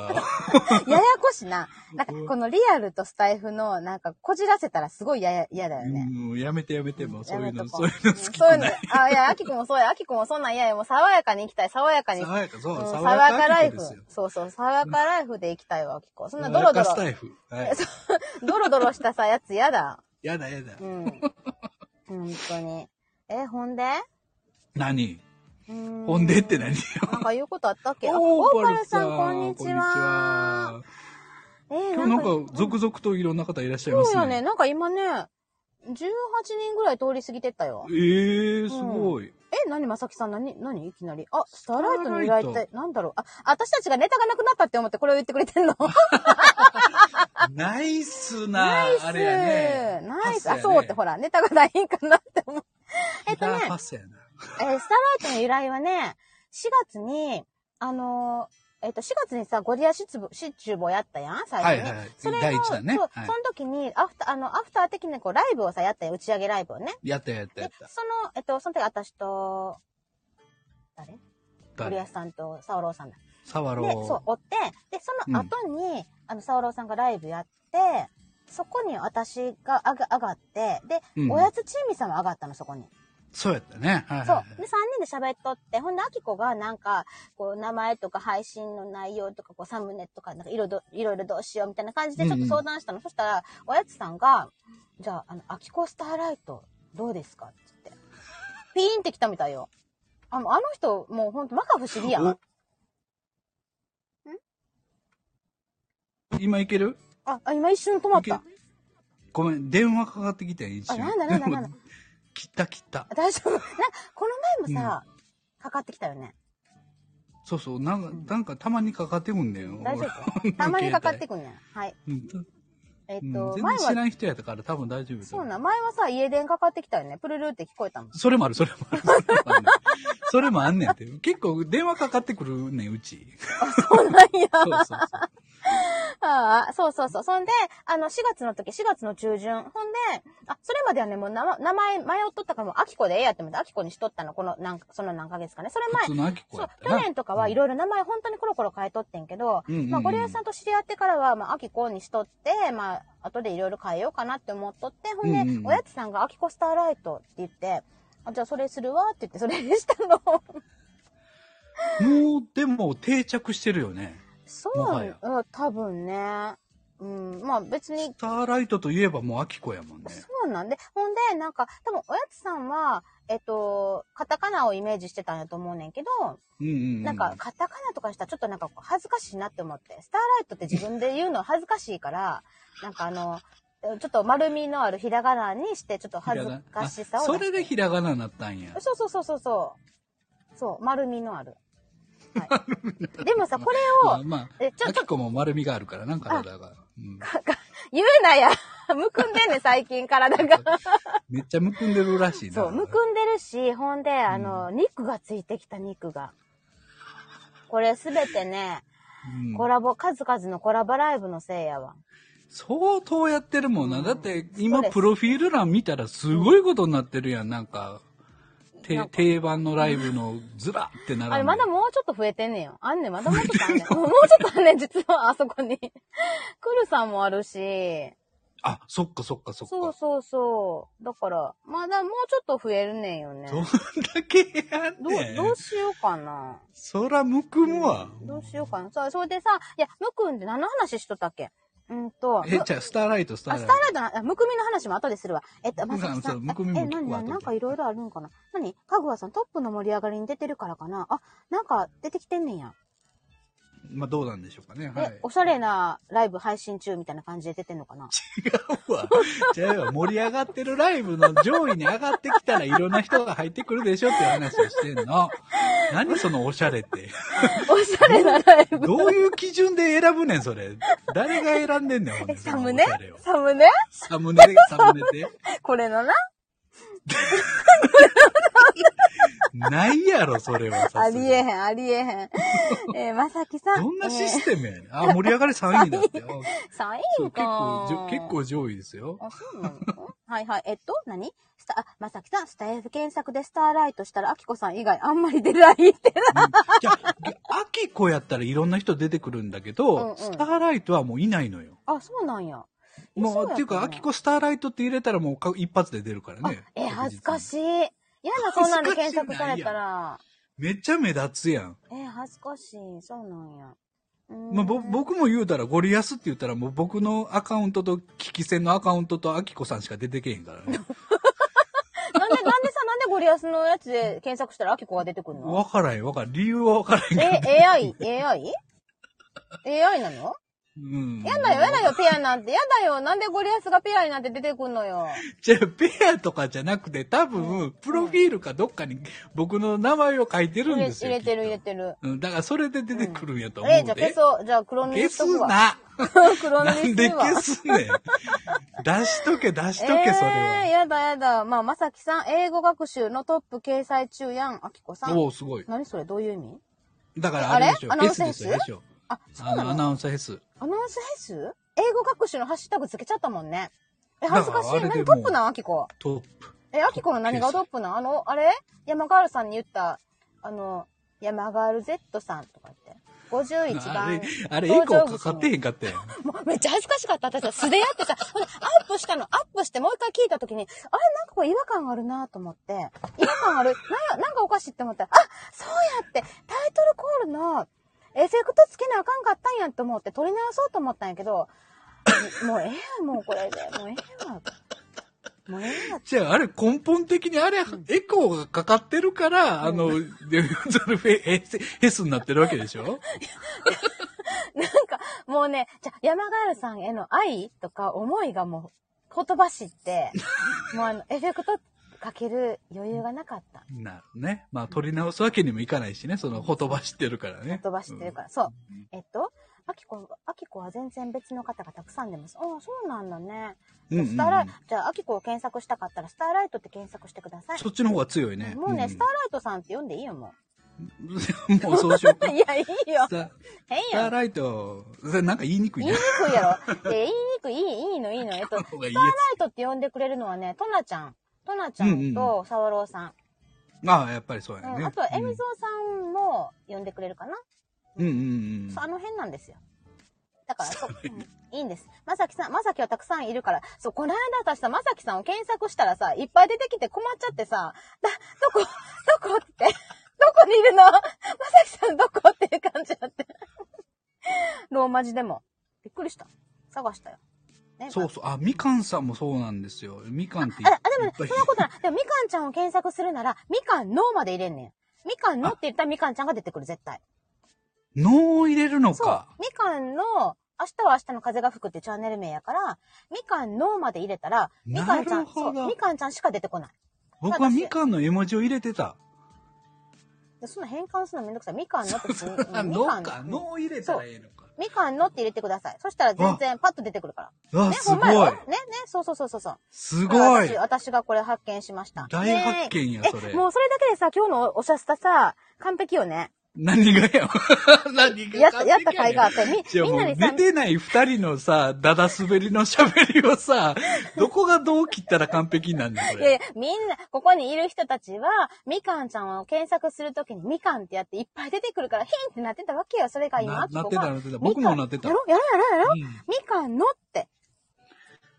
Speaker 1: ややこしな。なんか、このリアルとスタイフの、なんか、こじらせたらすごいやや嫌だよね。
Speaker 2: うんやめてやめて、もうそういう
Speaker 1: やめ
Speaker 2: の、
Speaker 1: とこ
Speaker 2: そういうの好きじ
Speaker 1: そうい
Speaker 2: ゃ
Speaker 1: う
Speaker 2: ない。
Speaker 1: のあ、いや、アキくんもそうや。アキくんもそんなん嫌や。もう爽やかに生きたい。爽やかに。
Speaker 2: 爽やか、そうう、
Speaker 1: ん
Speaker 2: 爽
Speaker 1: 爽
Speaker 2: や
Speaker 1: や
Speaker 2: か
Speaker 1: かライフ
Speaker 2: ですよ。。
Speaker 1: そうそう、爽やかライフで生きたいわ、アキコ。そんな
Speaker 2: 爽
Speaker 1: ド
Speaker 2: や
Speaker 1: ロ
Speaker 2: か
Speaker 1: ド
Speaker 2: スタ
Speaker 1: ロ、
Speaker 2: イフ。はい。
Speaker 1: (laughs) ドロドロしたさ、やつ嫌だ。
Speaker 2: やだやだ
Speaker 1: う。ん。本当に。え、ほんで
Speaker 2: 何
Speaker 1: うー
Speaker 2: ほんでって何よ。
Speaker 1: (laughs) なんか言うことあったっけあ
Speaker 2: (laughs) おー
Speaker 1: 大原さん、こんにちは。。えー
Speaker 2: 今日なんか、続々といろんな方いらっしゃいま
Speaker 1: そう
Speaker 2: す
Speaker 1: よね。
Speaker 2: ね。
Speaker 1: なんか今ね、18人ぐらい通り過ぎてったよ。
Speaker 2: ええ、すごい。
Speaker 1: え、何まさきさん、何何いきなり。あ、スターライトの依頼って、なんだろう。あ、私たちがネタがなくなったって思ってこれを言ってくれてん
Speaker 2: (laughs)
Speaker 1: の。
Speaker 2: ナイス
Speaker 1: ナイ
Speaker 2: な、
Speaker 1: ス
Speaker 2: あれやね。
Speaker 1: ナイス、
Speaker 2: パ
Speaker 1: あ、
Speaker 2: やね
Speaker 1: そうってほら、ネタがないんかなって
Speaker 2: (laughs)
Speaker 1: 思う。えっとね
Speaker 2: ギターパスやな。
Speaker 1: えースターライトの由来はね、4月に、あのーえっ、と、4月にさ、ゴリアシチュシチュボやったやん最初に。
Speaker 2: はいはいはい
Speaker 1: それの
Speaker 2: 第一弾ね
Speaker 1: そう、
Speaker 2: はい
Speaker 1: その時に、アフター、あの、アフター的にこう、ライブをさ、やったよ。打ち上げライブをね。
Speaker 2: やったやったや
Speaker 1: で
Speaker 2: っ、た。
Speaker 1: その、えっと、その時私と、誰
Speaker 2: 誰
Speaker 1: ゴリアスさんとサオローさんだ。
Speaker 2: サワ
Speaker 1: で、
Speaker 2: ロー。
Speaker 1: そう、追って、で、その後に、あの、サオローさんがライブやって、そこに私が上が上がって、で、
Speaker 2: うん
Speaker 1: おやつチーミさんも上がったの、そこに。
Speaker 2: そうやったね。はいはい
Speaker 1: そう
Speaker 2: は。い
Speaker 1: で、3人で喋っとって、ほんで、アキコがなんか、こう、名前とか配信の内容とか、こう、サムネとか、なんか、いろいろ、いろいろどうしようみたいな感じで、ちょっと相談したの。そしたら、おやつさんが、じゃあ、あの、アキコスターライト、どうですかって言って。ピーンって来たみたいよ。あの、あの人、もうほんと、摩訶不思議やん。
Speaker 2: 今いける
Speaker 1: あ、あ今一瞬止まっ
Speaker 2: い
Speaker 1: た。
Speaker 2: ごめん、電話かかってきてん、一
Speaker 1: あ、
Speaker 2: 瞬。
Speaker 1: なんだなんだなんだ
Speaker 2: でも。切った切った。
Speaker 1: 大
Speaker 2: (laughs)
Speaker 1: 丈夫。なんか、この前もさ、かかってきたよね。
Speaker 2: そうそう、なんか、なんかたまにかかってくんだよ。
Speaker 1: 大丈
Speaker 2: (laughs) 俺
Speaker 1: 夫。たまにかか
Speaker 2: (laughs)
Speaker 1: ってくんやん。はい。
Speaker 2: うん
Speaker 1: えっ
Speaker 2: うん
Speaker 1: と、
Speaker 2: 全
Speaker 1: 前
Speaker 2: 然知
Speaker 1: は、
Speaker 2: らん人やったから多分大丈夫だ
Speaker 1: そうなん、前はさ、家電かかってきたよね。プルルって聞こえたもん。
Speaker 2: それもある、それもある。それもあんねんそれもあんねんって。結構電話かかってくるねん、うち。
Speaker 1: そうなんや。
Speaker 2: そうそうそう。
Speaker 1: ああ、そうそうそう。そんで、あの、4月の時、4月の中旬。ほんで、あ、それまではね、もう名前名前迷っとったから、もう、アキコでええやって思って、アキコにしとったの、この、なんか、その何ヶ月かね。それ
Speaker 2: 普
Speaker 1: 前
Speaker 2: 通、の秋子
Speaker 1: そ
Speaker 2: や
Speaker 1: う
Speaker 2: っ、た
Speaker 1: 去
Speaker 2: な。
Speaker 1: 年とかはいろいろ名前本当にコロコロ変えとってんけど、
Speaker 2: うんうんうん
Speaker 1: まあ、ゴリアスさんと知り合ってからは、まあ、アキコにしとって、まあ、後でいろいろ変えようかなって思っとって、ほんで、
Speaker 2: うんうんうん
Speaker 1: おやつさんがアキコスターライトって言って、あじゃあそれするわって言って、それにしたの。
Speaker 2: もう、でも定着してるよね。
Speaker 1: そ
Speaker 2: もはや
Speaker 1: う、うん、多分ね。うん、まあ別に
Speaker 2: スターライトといえばもうアキコやもんね。
Speaker 1: そうなんで、ほんで、なんか、多分、おやつさんは、えっと、カタカナをイメージしてたんやと思うねんけど、
Speaker 2: うんうん、うん。
Speaker 1: なんか、カタカナとかにしたらちょっとなんかこう恥ずかしいなって思って、スターライトって自分で言うの (laughs) 恥ずかしいから、なんかあの、ちょっと丸みのあるひらがなにして、ちょっと
Speaker 2: ひ
Speaker 1: 恥
Speaker 2: ら
Speaker 1: ず
Speaker 2: がな、
Speaker 1: かしさを
Speaker 2: あ
Speaker 1: 出
Speaker 2: そ
Speaker 1: して。
Speaker 2: れでひらがなになったんや。
Speaker 1: そうそうそうそうそう。そう、丸みのある。
Speaker 2: (laughs)
Speaker 1: はい、でもさ、これ
Speaker 2: ま
Speaker 1: を
Speaker 2: あ、ま
Speaker 1: えちょ
Speaker 2: あ、ア
Speaker 1: っと
Speaker 2: キコも丸みがあるからな、体が。うん、
Speaker 1: 言うなや、 (laughs) むくんでんねん、最近体が。
Speaker 2: めっちゃむくんでるらしいな。
Speaker 1: そう、むくんでるし、ほんで、あの、肉がついてきた肉が。これすべてね、
Speaker 2: うん
Speaker 1: コラボ、数々のコラボライブのせいやわ。
Speaker 2: 相当やってるもんな。だって、
Speaker 1: そう
Speaker 2: 今、
Speaker 1: です
Speaker 2: プロフィール欄見たらすごいことになってるやん、なんか。て
Speaker 1: なんか
Speaker 2: 定番のライブのずらって並んで
Speaker 1: あれ、まだもうちょっと増えてんねんよ。あんねん、まだもうちょっとあんね (laughs) ん。もうちょっとあんねん、実は、あそこに。ク (laughs) ルさんもあるし、
Speaker 2: あ、そっかそっかそっか。
Speaker 1: そうそうそう。だから、まだもうちょっと増えるねんよね。
Speaker 2: どんだけやん
Speaker 1: ど
Speaker 2: ね
Speaker 1: う、
Speaker 2: ん
Speaker 1: どうしようかな。
Speaker 2: そらむくむわ。
Speaker 1: どうしようかな。そう、それでさ、いや、むくんで何の話しとったっけうんと。
Speaker 2: え、じゃあ、スターライト、スター
Speaker 1: あ、
Speaker 2: ライ
Speaker 1: ス
Speaker 2: ト
Speaker 1: ター。ライトなあ、むくみの話も後でするわ。えっと、まさき
Speaker 2: うんそ
Speaker 1: さ。
Speaker 2: うんむくみも
Speaker 1: え、
Speaker 2: 聞く
Speaker 1: なに
Speaker 2: わ
Speaker 1: なに
Speaker 2: 後で
Speaker 1: なんかいろいろあるんかななにかぐわさん、トップの盛り上がりに出てるからかなあ、なんか出てきてんねんや。
Speaker 2: まあ、どうなんでしょうかね。
Speaker 1: で、
Speaker 2: はい。
Speaker 1: おしゃれなライブ配信中みたいな感じで出てんのかな
Speaker 2: (laughs) 違うわ。じゃあよ、盛り上がってるライブの上位に上がってきたらいろんな人が入ってくるでしょっていう話をしてんの。何そのおしゃれって。
Speaker 1: おしゃれなラ (laughs) イブ。
Speaker 2: どういう基準で選ぶねん、それ。誰が選んでんねん、ほん
Speaker 1: え、
Speaker 2: で
Speaker 1: サムネ
Speaker 2: そのおしゃれを
Speaker 1: サムネ
Speaker 2: サムネで、サムネで。
Speaker 1: これのな
Speaker 2: ないやろ、それは。
Speaker 1: あ
Speaker 2: さす
Speaker 1: り
Speaker 2: がに
Speaker 1: えへん、ありえへん。えーまさきさん。
Speaker 2: どんなシ
Speaker 1: え
Speaker 2: ステムやねん。あ、盛り上がり3位
Speaker 1: (laughs)
Speaker 2: だって。あ
Speaker 1: ー、サイ
Speaker 2: そう
Speaker 1: ン
Speaker 2: 結構
Speaker 1: か
Speaker 2: じょ、結構上位ですよ。
Speaker 1: あ、そうなのはいはい。えっと、何スタ、あ、まさきさん、スタイフ検索でスターライトしたら、あきこさん以外あんまり出ないってな。
Speaker 2: じゃあ、アキコやったらいろんな人出てくるんだけ
Speaker 1: うんう
Speaker 2: ど、
Speaker 1: ん
Speaker 2: スターライトはもういないのよ。
Speaker 1: あ、そうなんや。そ
Speaker 2: も
Speaker 1: や
Speaker 2: う、
Speaker 1: た
Speaker 2: っていうか、アキコスターライトって入れたらもうか一発で出るから
Speaker 1: あ
Speaker 2: ね。
Speaker 1: え、恥ずかし
Speaker 2: い。
Speaker 1: い。嫌な、そんなんで
Speaker 2: 恥
Speaker 1: 検
Speaker 2: ずかしいな
Speaker 1: 索されたら。
Speaker 2: めっちゃ目立つやん。
Speaker 1: え、恥ずかしい。そうなんや。うーん
Speaker 2: まあ、ぼ、僕も言うたらゴリアスって言ったらもう僕のアカウントと、危機戦のアカウントとアキコさんしか出てけへんからね。
Speaker 1: なんで、なんでさ、なんでゴリアスのやつで検索したら、あきこが出てくるの
Speaker 2: わからへん、わからへん。理由はわからへんけど。
Speaker 1: え、AI、AI? AI なの
Speaker 2: うん。
Speaker 1: やだよ、やだよ、ペアなんて。やだよ、なんでゴリアスがペアになって出てくんのよ。
Speaker 2: じゃあ、ペアとかじゃなくて、多分、プロフィールかどっかに僕の名前を書いてるん
Speaker 1: 入れ
Speaker 2: です
Speaker 1: 入
Speaker 2: よ。
Speaker 1: れてる、入れ
Speaker 2: きっと
Speaker 1: てる。
Speaker 2: うん、だからそれで出てくるんやと思うで。
Speaker 1: え、じゃあ消そう。じゃあ黒塗り
Speaker 2: 消
Speaker 1: しとく
Speaker 2: す
Speaker 1: わ。
Speaker 2: な
Speaker 1: (laughs) 黒
Speaker 2: な
Speaker 1: 塗りす
Speaker 2: んで
Speaker 1: るわ。
Speaker 2: 消すねん出しとけ、出しとけ、そ
Speaker 1: えー、
Speaker 2: れは。
Speaker 1: やだやだ。まあ、まさきさん、英語学習のトップ掲載中やん、あきこさん。
Speaker 2: おおすごい。
Speaker 1: 何それどういう意味
Speaker 2: だからあれでしょ。
Speaker 1: あれアナウンサ
Speaker 2: S
Speaker 1: ー
Speaker 2: ですよ、
Speaker 1: S？
Speaker 2: S よ。
Speaker 1: あ、そうな
Speaker 2: あの、ア
Speaker 1: の
Speaker 2: ナウンサー S。
Speaker 1: アナウンス編集英語学習のハッシュタグつけちゃったもんね。え、恥ずかし
Speaker 2: だからあ
Speaker 1: い。
Speaker 2: れで
Speaker 1: 何
Speaker 2: も
Speaker 1: トップなんあきこ。
Speaker 2: トップ。
Speaker 1: え、あきこの何がトップなんあの、あれ山ガールさんに言った、あの、山ガール Z さんとか言って。51
Speaker 2: あ
Speaker 1: 番
Speaker 2: れ。、あれ、エコーかかってへん (laughs) かったよ。
Speaker 1: もうめっちゃ恥ずかしかった。私さ、素でやってさ、ほんでアップしたの、アップしてもう一回聞いたときに、あれなんかこれ違和感あるなと思って、違和感ある、なんや、なんかおかしいって思ったら、あそうやって、タイトルコールのエフェクトつけなあかんかったんやと思って、取り直そうと思ったんやけど、もうええやん、もうこれで、もうええわ。もうええわ。
Speaker 2: じゃあ、あれ、根本的にあれ、エコーがかかってるから、あの、でそれフェ、ヘスヘスになってるわけでし
Speaker 1: (laughs)
Speaker 2: ょ
Speaker 1: なんか、もうね、じゃあ、山ガールさんへの愛とか思いがもう、言葉知って、もうあの、エフェクトかける余裕がなかった。
Speaker 2: なるね。まあ、取り直すわけにもいかないしね、その、言葉知ってるからね。
Speaker 1: 飛ばしてるから。そう。えっと、あきこ、あきこは全然別の方がたくさん出ます。ああ、そうなんだね。
Speaker 2: うんうんうん
Speaker 1: スターライト、じゃあ、あきこを検索したかったら、スターライトって検索してください。
Speaker 2: そっちの方が強いね。
Speaker 1: もうね、
Speaker 2: ん
Speaker 1: スターライトさんって読んでいいよ、も
Speaker 2: (laughs) もうそうしよ
Speaker 1: う。
Speaker 2: う
Speaker 1: (laughs)
Speaker 2: か。
Speaker 1: いや、い (laughs) いよ
Speaker 2: ス。タ
Speaker 1: 変
Speaker 2: スター
Speaker 1: やん。
Speaker 2: ライト、それなんか言いにくい
Speaker 1: 言い
Speaker 2: ね
Speaker 1: に。くいやろ。え、言いにくい、いい、いいの、いいの。えっと、スターラ
Speaker 2: 方がいい
Speaker 1: イ
Speaker 2: や
Speaker 1: トって呼んでくれるのはね、トナちゃん。トナちゃ
Speaker 2: うんうん
Speaker 1: ん
Speaker 2: う
Speaker 1: とサワローさん。
Speaker 2: つ。ああ、やっぱりそうや
Speaker 1: うん
Speaker 2: ね。
Speaker 1: あとは、
Speaker 2: う
Speaker 1: エ
Speaker 2: ん
Speaker 1: ミゾウさんも呼んでくれるかな。
Speaker 2: うんうん
Speaker 1: そうあの辺なんですよ。だから、そう、うんいいんです。まさきさん、まさきはたくさんいるから、そう、この間私さ、まさき (laughs) さんを検索したらさ、いっぱい出てきて困っちゃってさ、だ、どこ、どこって、ど (laughs) こにいるのまさきさんどこっていう感じだって。ローマ字でも。びっくりした。探したよ。ね
Speaker 2: そうそう。あ、みかんさんもそうなんですよ。みかんっていっ
Speaker 1: あ、
Speaker 2: ぱ
Speaker 1: あ
Speaker 2: い。
Speaker 1: でもね、そんなことない。でも、みかんちゃんを検索するなら、みかんのまで入れんねん。みかんのって言ったらみかんちゃんが出てくる、絶対。
Speaker 2: 脳を入れるの
Speaker 1: そう
Speaker 2: か。。
Speaker 1: みかんの、明日は明日の風が吹くっていうチャンネル名やから、みかんのまで入れたら、みかんちゃ、
Speaker 2: なんるほ
Speaker 1: そ
Speaker 2: ど
Speaker 1: う、みかんちゃんしか出てこない。
Speaker 2: 僕はみかんの絵文字を入れてた。
Speaker 1: でそんな変換するのめんどくさい。みかんのって普通に、
Speaker 2: (laughs) あ、
Speaker 1: うんみ
Speaker 2: 脳
Speaker 1: かん
Speaker 2: か。
Speaker 1: うん
Speaker 2: 脳を入れたらええのか。
Speaker 1: みかんのって入れてください。そしたら全然パッと出てくるから。
Speaker 2: うわ、
Speaker 1: ね、
Speaker 2: す
Speaker 1: ほんまや
Speaker 2: ご
Speaker 1: ろ
Speaker 2: い
Speaker 1: ね、。ね、そうそうそうそうそう。だ
Speaker 2: す
Speaker 1: から
Speaker 2: ごい
Speaker 1: 私。私がこれ発見しました。
Speaker 2: 大発見や
Speaker 1: ねえ
Speaker 2: それ
Speaker 1: えもうそれだけでさ、今日のおしゃスタさ、完璧よね。
Speaker 2: 何がや何
Speaker 1: (laughs)
Speaker 2: が
Speaker 1: やった、やった甲
Speaker 2: 回
Speaker 1: 斐があって、み、
Speaker 2: じゃあ
Speaker 1: みん
Speaker 2: もう
Speaker 1: なに
Speaker 2: 寝
Speaker 1: さ、
Speaker 2: てない二人のさ、だだ滑りの喋りをさ、 (laughs) どこがどう切ったら完璧になんねん、こ
Speaker 1: いやい
Speaker 2: れ。
Speaker 1: や、みんな、ここにいる人たちは、みかんちゃんを検索するときにみかんってやっていっぱい出てくるから、ヒンってなってたわけよ。それが今、
Speaker 2: な
Speaker 1: あきこが
Speaker 2: なってた、なってた。僕もなってた。
Speaker 1: やろやろやろやろ、
Speaker 2: うん
Speaker 1: みかんのって。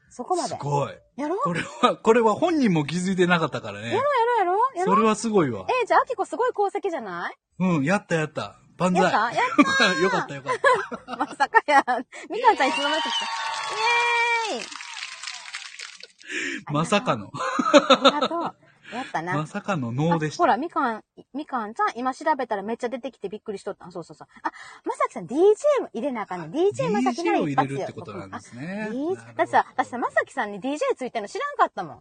Speaker 1: そこますで。
Speaker 2: ごい。
Speaker 1: やろ
Speaker 2: これは、これは本人も気づいてなかったからね。
Speaker 1: やろやろや
Speaker 2: そ
Speaker 1: ろ
Speaker 2: れはすごいわ。
Speaker 1: えーじゃあ、あきこすごい功績じゃない
Speaker 2: うん、やったやった。万歳。
Speaker 1: やったやっ
Speaker 2: (laughs)
Speaker 1: (laughs)
Speaker 2: よかったよかった。
Speaker 1: まさかや。みかんちゃんいつの間にか来た。イエーイ
Speaker 2: まさかの、
Speaker 1: ありがとう。やったな。
Speaker 2: まさかの脳でし
Speaker 1: あほ
Speaker 2: た。
Speaker 1: ら、みかん、みかんちゃん、今調べたらめっちゃ出てきてびっくりしとった。そうそうそう。あ、まさきさん、DJ も入れなあかんねん。DJ まさきなら
Speaker 2: DJ を
Speaker 1: 一
Speaker 2: 入れ
Speaker 1: 発
Speaker 2: る
Speaker 1: よ。
Speaker 2: ってことなんですね
Speaker 1: あ。
Speaker 2: な
Speaker 1: DJ
Speaker 2: るほど
Speaker 1: だってさ、私さ、まさきさんに DJ ついてるの知らんかったもん。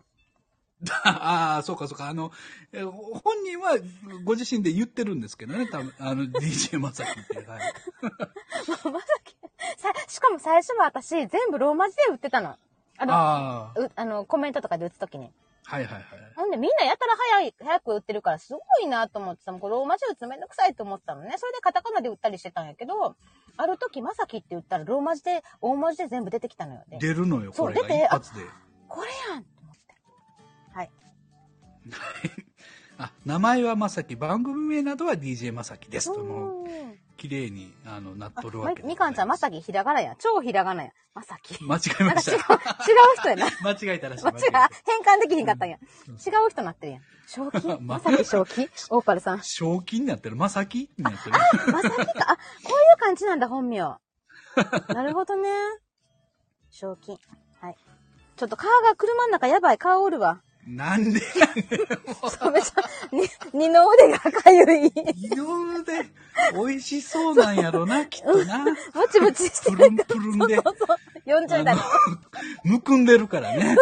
Speaker 2: ああ、そうかそうか。あの、え本人はご自身で言ってるんですけどね、多分あの、DJ まさきって。はい
Speaker 1: もうまさき、さ、しかも最初は私、全部ローマ字で売ってたの。あの、
Speaker 2: ああ、
Speaker 1: うあの、コメントとかで打つときに。
Speaker 2: はいはいはい。
Speaker 1: ほんでみんなやたら早い、早く売ってるからすごいなと思ってたもん。これローマ字打つのめんどくさいと思ってたのね。それでカタカナで売ったりしてたんやけど、ある時まさきって言ったらローマ字で、大文字で全部出てきたのよ。で
Speaker 2: 出るのよ、
Speaker 1: そう
Speaker 2: これ
Speaker 1: 出
Speaker 2: が
Speaker 1: て
Speaker 2: 一発で。
Speaker 1: これやんと思って。はい。
Speaker 2: あ、名前はまさき、番組名などは DJ まさきですと。もう、
Speaker 1: うん
Speaker 2: 綺麗に、あの、なっ
Speaker 1: あ
Speaker 2: とるわけ
Speaker 1: まみかんちゃん、まさきひらがなや。超ひらがなや。まさき。
Speaker 2: 間違え
Speaker 1: なん
Speaker 2: ま
Speaker 1: か
Speaker 2: し
Speaker 1: 違う、違う
Speaker 2: た。
Speaker 1: 人やな。
Speaker 2: (laughs) 間違えたらしい。
Speaker 1: 間違
Speaker 2: えた
Speaker 1: う、変換できひんかったんや。
Speaker 2: う
Speaker 1: 違
Speaker 2: ん
Speaker 1: う人なってるやん。正気
Speaker 2: (laughs) ま
Speaker 1: まさき正気オーパル
Speaker 2: (laughs)
Speaker 1: さん。
Speaker 2: 正気になってる。まさきになってる。
Speaker 1: まさきか。あ、こういう感じなんだ、本名。なるほどね。賞金。はい。ちょっと顔が車の中やばい、顔おるわ。
Speaker 2: なんで
Speaker 1: そうめっちゃ、に二の腕がかゆい。
Speaker 2: 移動で美味しそうなんやろな、きっと
Speaker 1: (laughs)
Speaker 2: な。
Speaker 1: もちもち
Speaker 2: (laughs)
Speaker 1: して
Speaker 2: プ
Speaker 1: る。
Speaker 2: ルンプルンで、
Speaker 1: そうそう。40代。
Speaker 2: (laughs) むくんでるからね。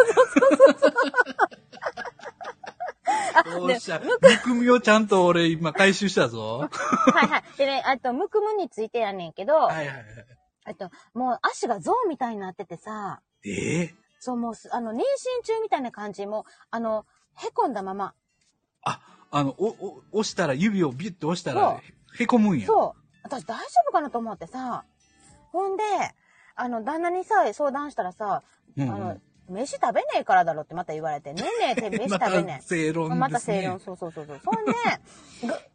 Speaker 1: あ、
Speaker 2: よ
Speaker 1: で
Speaker 2: っ、しゃ。むくみをちゃんと俺今回収し
Speaker 1: (laughs)
Speaker 2: たぞ。
Speaker 1: はいはい。でね、あと、むくむについてやねんけど、
Speaker 2: はいはいは
Speaker 1: あと、もう足が象みたいになっててさ、
Speaker 2: い。ええ
Speaker 1: そう、もうす、あの、妊娠中みたいな感じ、もう、あの、へこんだまま。
Speaker 2: あ、あの、お、お、押したら、指をビュッと押した
Speaker 1: そう
Speaker 2: ら、へへこむんや。
Speaker 1: そう。私大丈夫かなと思ってさ。ほんで、あの、旦那にさ、相談したらさ、
Speaker 2: う
Speaker 1: あ
Speaker 2: んうん (laughs)
Speaker 1: の、飯食べねえからだろってまた言われて、ねえねえって飯
Speaker 2: (laughs) ま
Speaker 1: 食べね
Speaker 2: た正
Speaker 1: え。
Speaker 2: 論ですね。
Speaker 1: また正論、そうそうそうそう。そんで、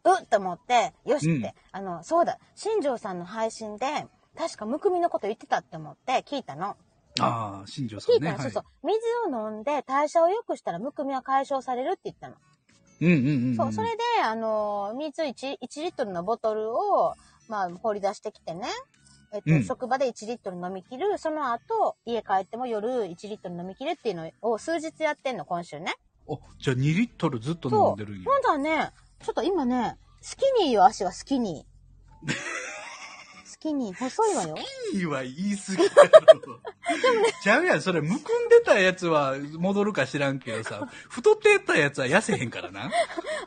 Speaker 1: ぐ、うっと思って、よしって、
Speaker 2: うん
Speaker 1: あの、そうだ、新庄さんの配信で、確かむくみのこと言ってたって思って聞いたの。
Speaker 2: ああ、新庄さ
Speaker 1: 聞い
Speaker 2: ん
Speaker 1: たら、
Speaker 2: ね。は
Speaker 1: そう
Speaker 2: い
Speaker 1: そう。、水を飲んで代謝を良くしたらむくみは解消されるって言ったの。
Speaker 2: うんうんうんうん。
Speaker 1: そう、それで、あの、水 1, 1リットルのボトルを、まあ、掘り出してきてね。えっと、
Speaker 2: うん
Speaker 1: 職場で1リットル飲み切る。その後、家帰っても夜1リットル飲み切るっていうのを数日やってんの、今週ね。
Speaker 2: お、じゃあ2リットルずっと飲んでるんや。
Speaker 1: 今度はね、ちょっと今ね、スキニーよ、足がスキ
Speaker 2: (laughs)
Speaker 1: ニー。スキニー、細いわよ。
Speaker 2: いいは言い過
Speaker 1: (laughs)
Speaker 2: ぎやろ。ちゃうやん、それ、むくんでたやつは戻るか知らんけどさ、太ってたやつは痩せへんからな。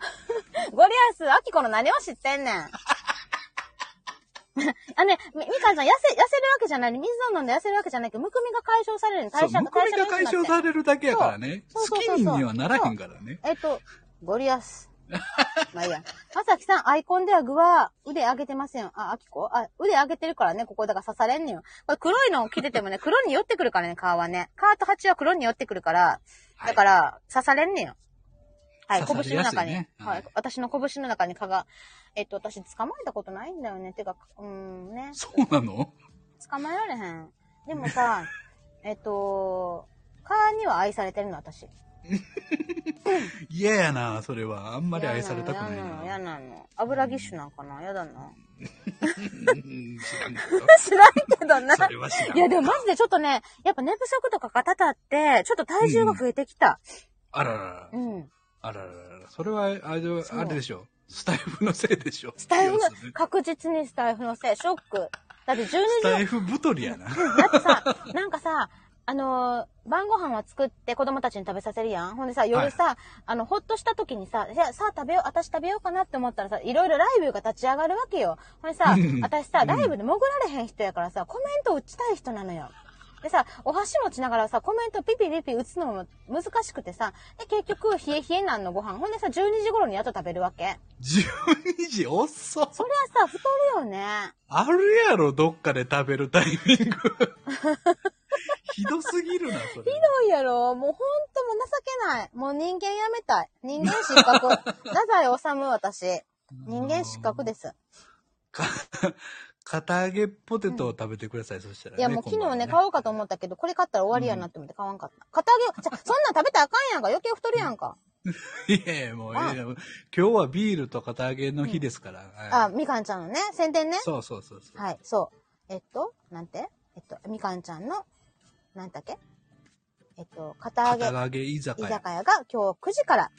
Speaker 1: (laughs) ゴリアス、アキコの何を知ってんねん。 (laughs) あね、み、みかんちゃん、痩せ、痩せるわけじゃない。水を飲んで痩せるわけじゃないけど、むくみが解消されるの
Speaker 2: そう、
Speaker 1: 代謝
Speaker 2: むくみが解消されるだけやからね。
Speaker 1: そう
Speaker 2: ス
Speaker 1: そうそう
Speaker 2: キ
Speaker 1: そう
Speaker 2: ニーにはならへんからね。
Speaker 1: えっと、ゴリアス。まあいいや。まさきさん、アイコンでは具は腕上げてません。あ、あきこあ、腕上げてるからね、ここだから刺されんねんよ。これ黒いのを着ててもね、黒に寄ってくるからね、顔はね。カート8は黒に寄ってくるから、
Speaker 2: はい
Speaker 1: だから、刺されんねんよ。はい、
Speaker 2: 刺され
Speaker 1: 拳の
Speaker 2: やすい
Speaker 1: 中に、
Speaker 2: ね
Speaker 1: は
Speaker 2: はいい。
Speaker 1: 私の拳の中に蚊が、えっと、私捕まえたことないんだよね。てか、うーんね、
Speaker 2: そうなの
Speaker 1: 捕まえられへん。でも
Speaker 2: (laughs)
Speaker 1: さ、えっと、蚊には愛されてるの、私。
Speaker 2: 嫌やな、それは。あんまり愛されたくない
Speaker 1: 嫌なの、嫌な
Speaker 2: な。
Speaker 1: の。油ぎっしゅなんかな嫌だな。
Speaker 2: うん知らんけど。
Speaker 1: 知らんけどな。
Speaker 2: それは知らん
Speaker 1: いや、でもマジでちょっとね、やっぱ寝不足とかがたたって、ちょっと体重が増えてきた。
Speaker 2: あららら
Speaker 1: う。ん。
Speaker 2: あらららら。それは、あれで
Speaker 1: そう
Speaker 2: あれでしょ。スタイフのせいでしょ。
Speaker 1: スタイフの
Speaker 2: 要する、に
Speaker 1: 確実にスタイフのせい、ショック。だって12時
Speaker 2: スタイフ太りやな。
Speaker 1: だってさ、なんかさ、あのー晩ご飯は作って子供たちに食べさせるやん。ほんでさ、夜さ、あの、ほっとした時にさ、じゃあさあ食べよう、私食べようかなって思ったらさ、いろいろライブが立ち上がるわけよ。ほんでさ
Speaker 2: うん、
Speaker 1: 私さ、ライブで潜られへん人やからさ、コメント打ちたい人なのよ。でさ、お箸持ちながらさ、コメントピピピピ打つのも難しくてさ、で、結局、冷え冷えなんのご飯。ほんでさ、12時頃にやっと食べるわけ。
Speaker 2: 12時遅っ
Speaker 1: そりゃさ、太るよね。
Speaker 2: あるやろ、どっかで食べるタイミング。ひどすぎるな、それ。
Speaker 1: ひどいやろ。もうほんともう情けない。もう人間やめたい。人間失 (laughs) 格。太宰治私。人間失格です。
Speaker 2: か (laughs) 片揚げポテトを食べてください、そしたら、
Speaker 1: い
Speaker 2: ね。
Speaker 1: やもう昨日ね、
Speaker 2: 今晩
Speaker 1: 買おうかと思ったけど、これ買ったら終わりやなって思って買わんかった。片揚げを、じゃ、そんなん食べたらあかんやんか。余計太るやんか。
Speaker 2: (laughs) いやいや、もう、いやいや今日はビールと片揚げの日ですから。
Speaker 1: あ、
Speaker 2: はい
Speaker 1: みかんちゃんのね、宣伝ね。
Speaker 2: そうそうそうそう。
Speaker 1: はい、そう。えっと、なんてえっと、みかんちゃんの、なんだっけえっと、片揚げ
Speaker 2: 片揚げ居酒
Speaker 1: 居
Speaker 2: 屋。
Speaker 1: 酒屋が今日9時から。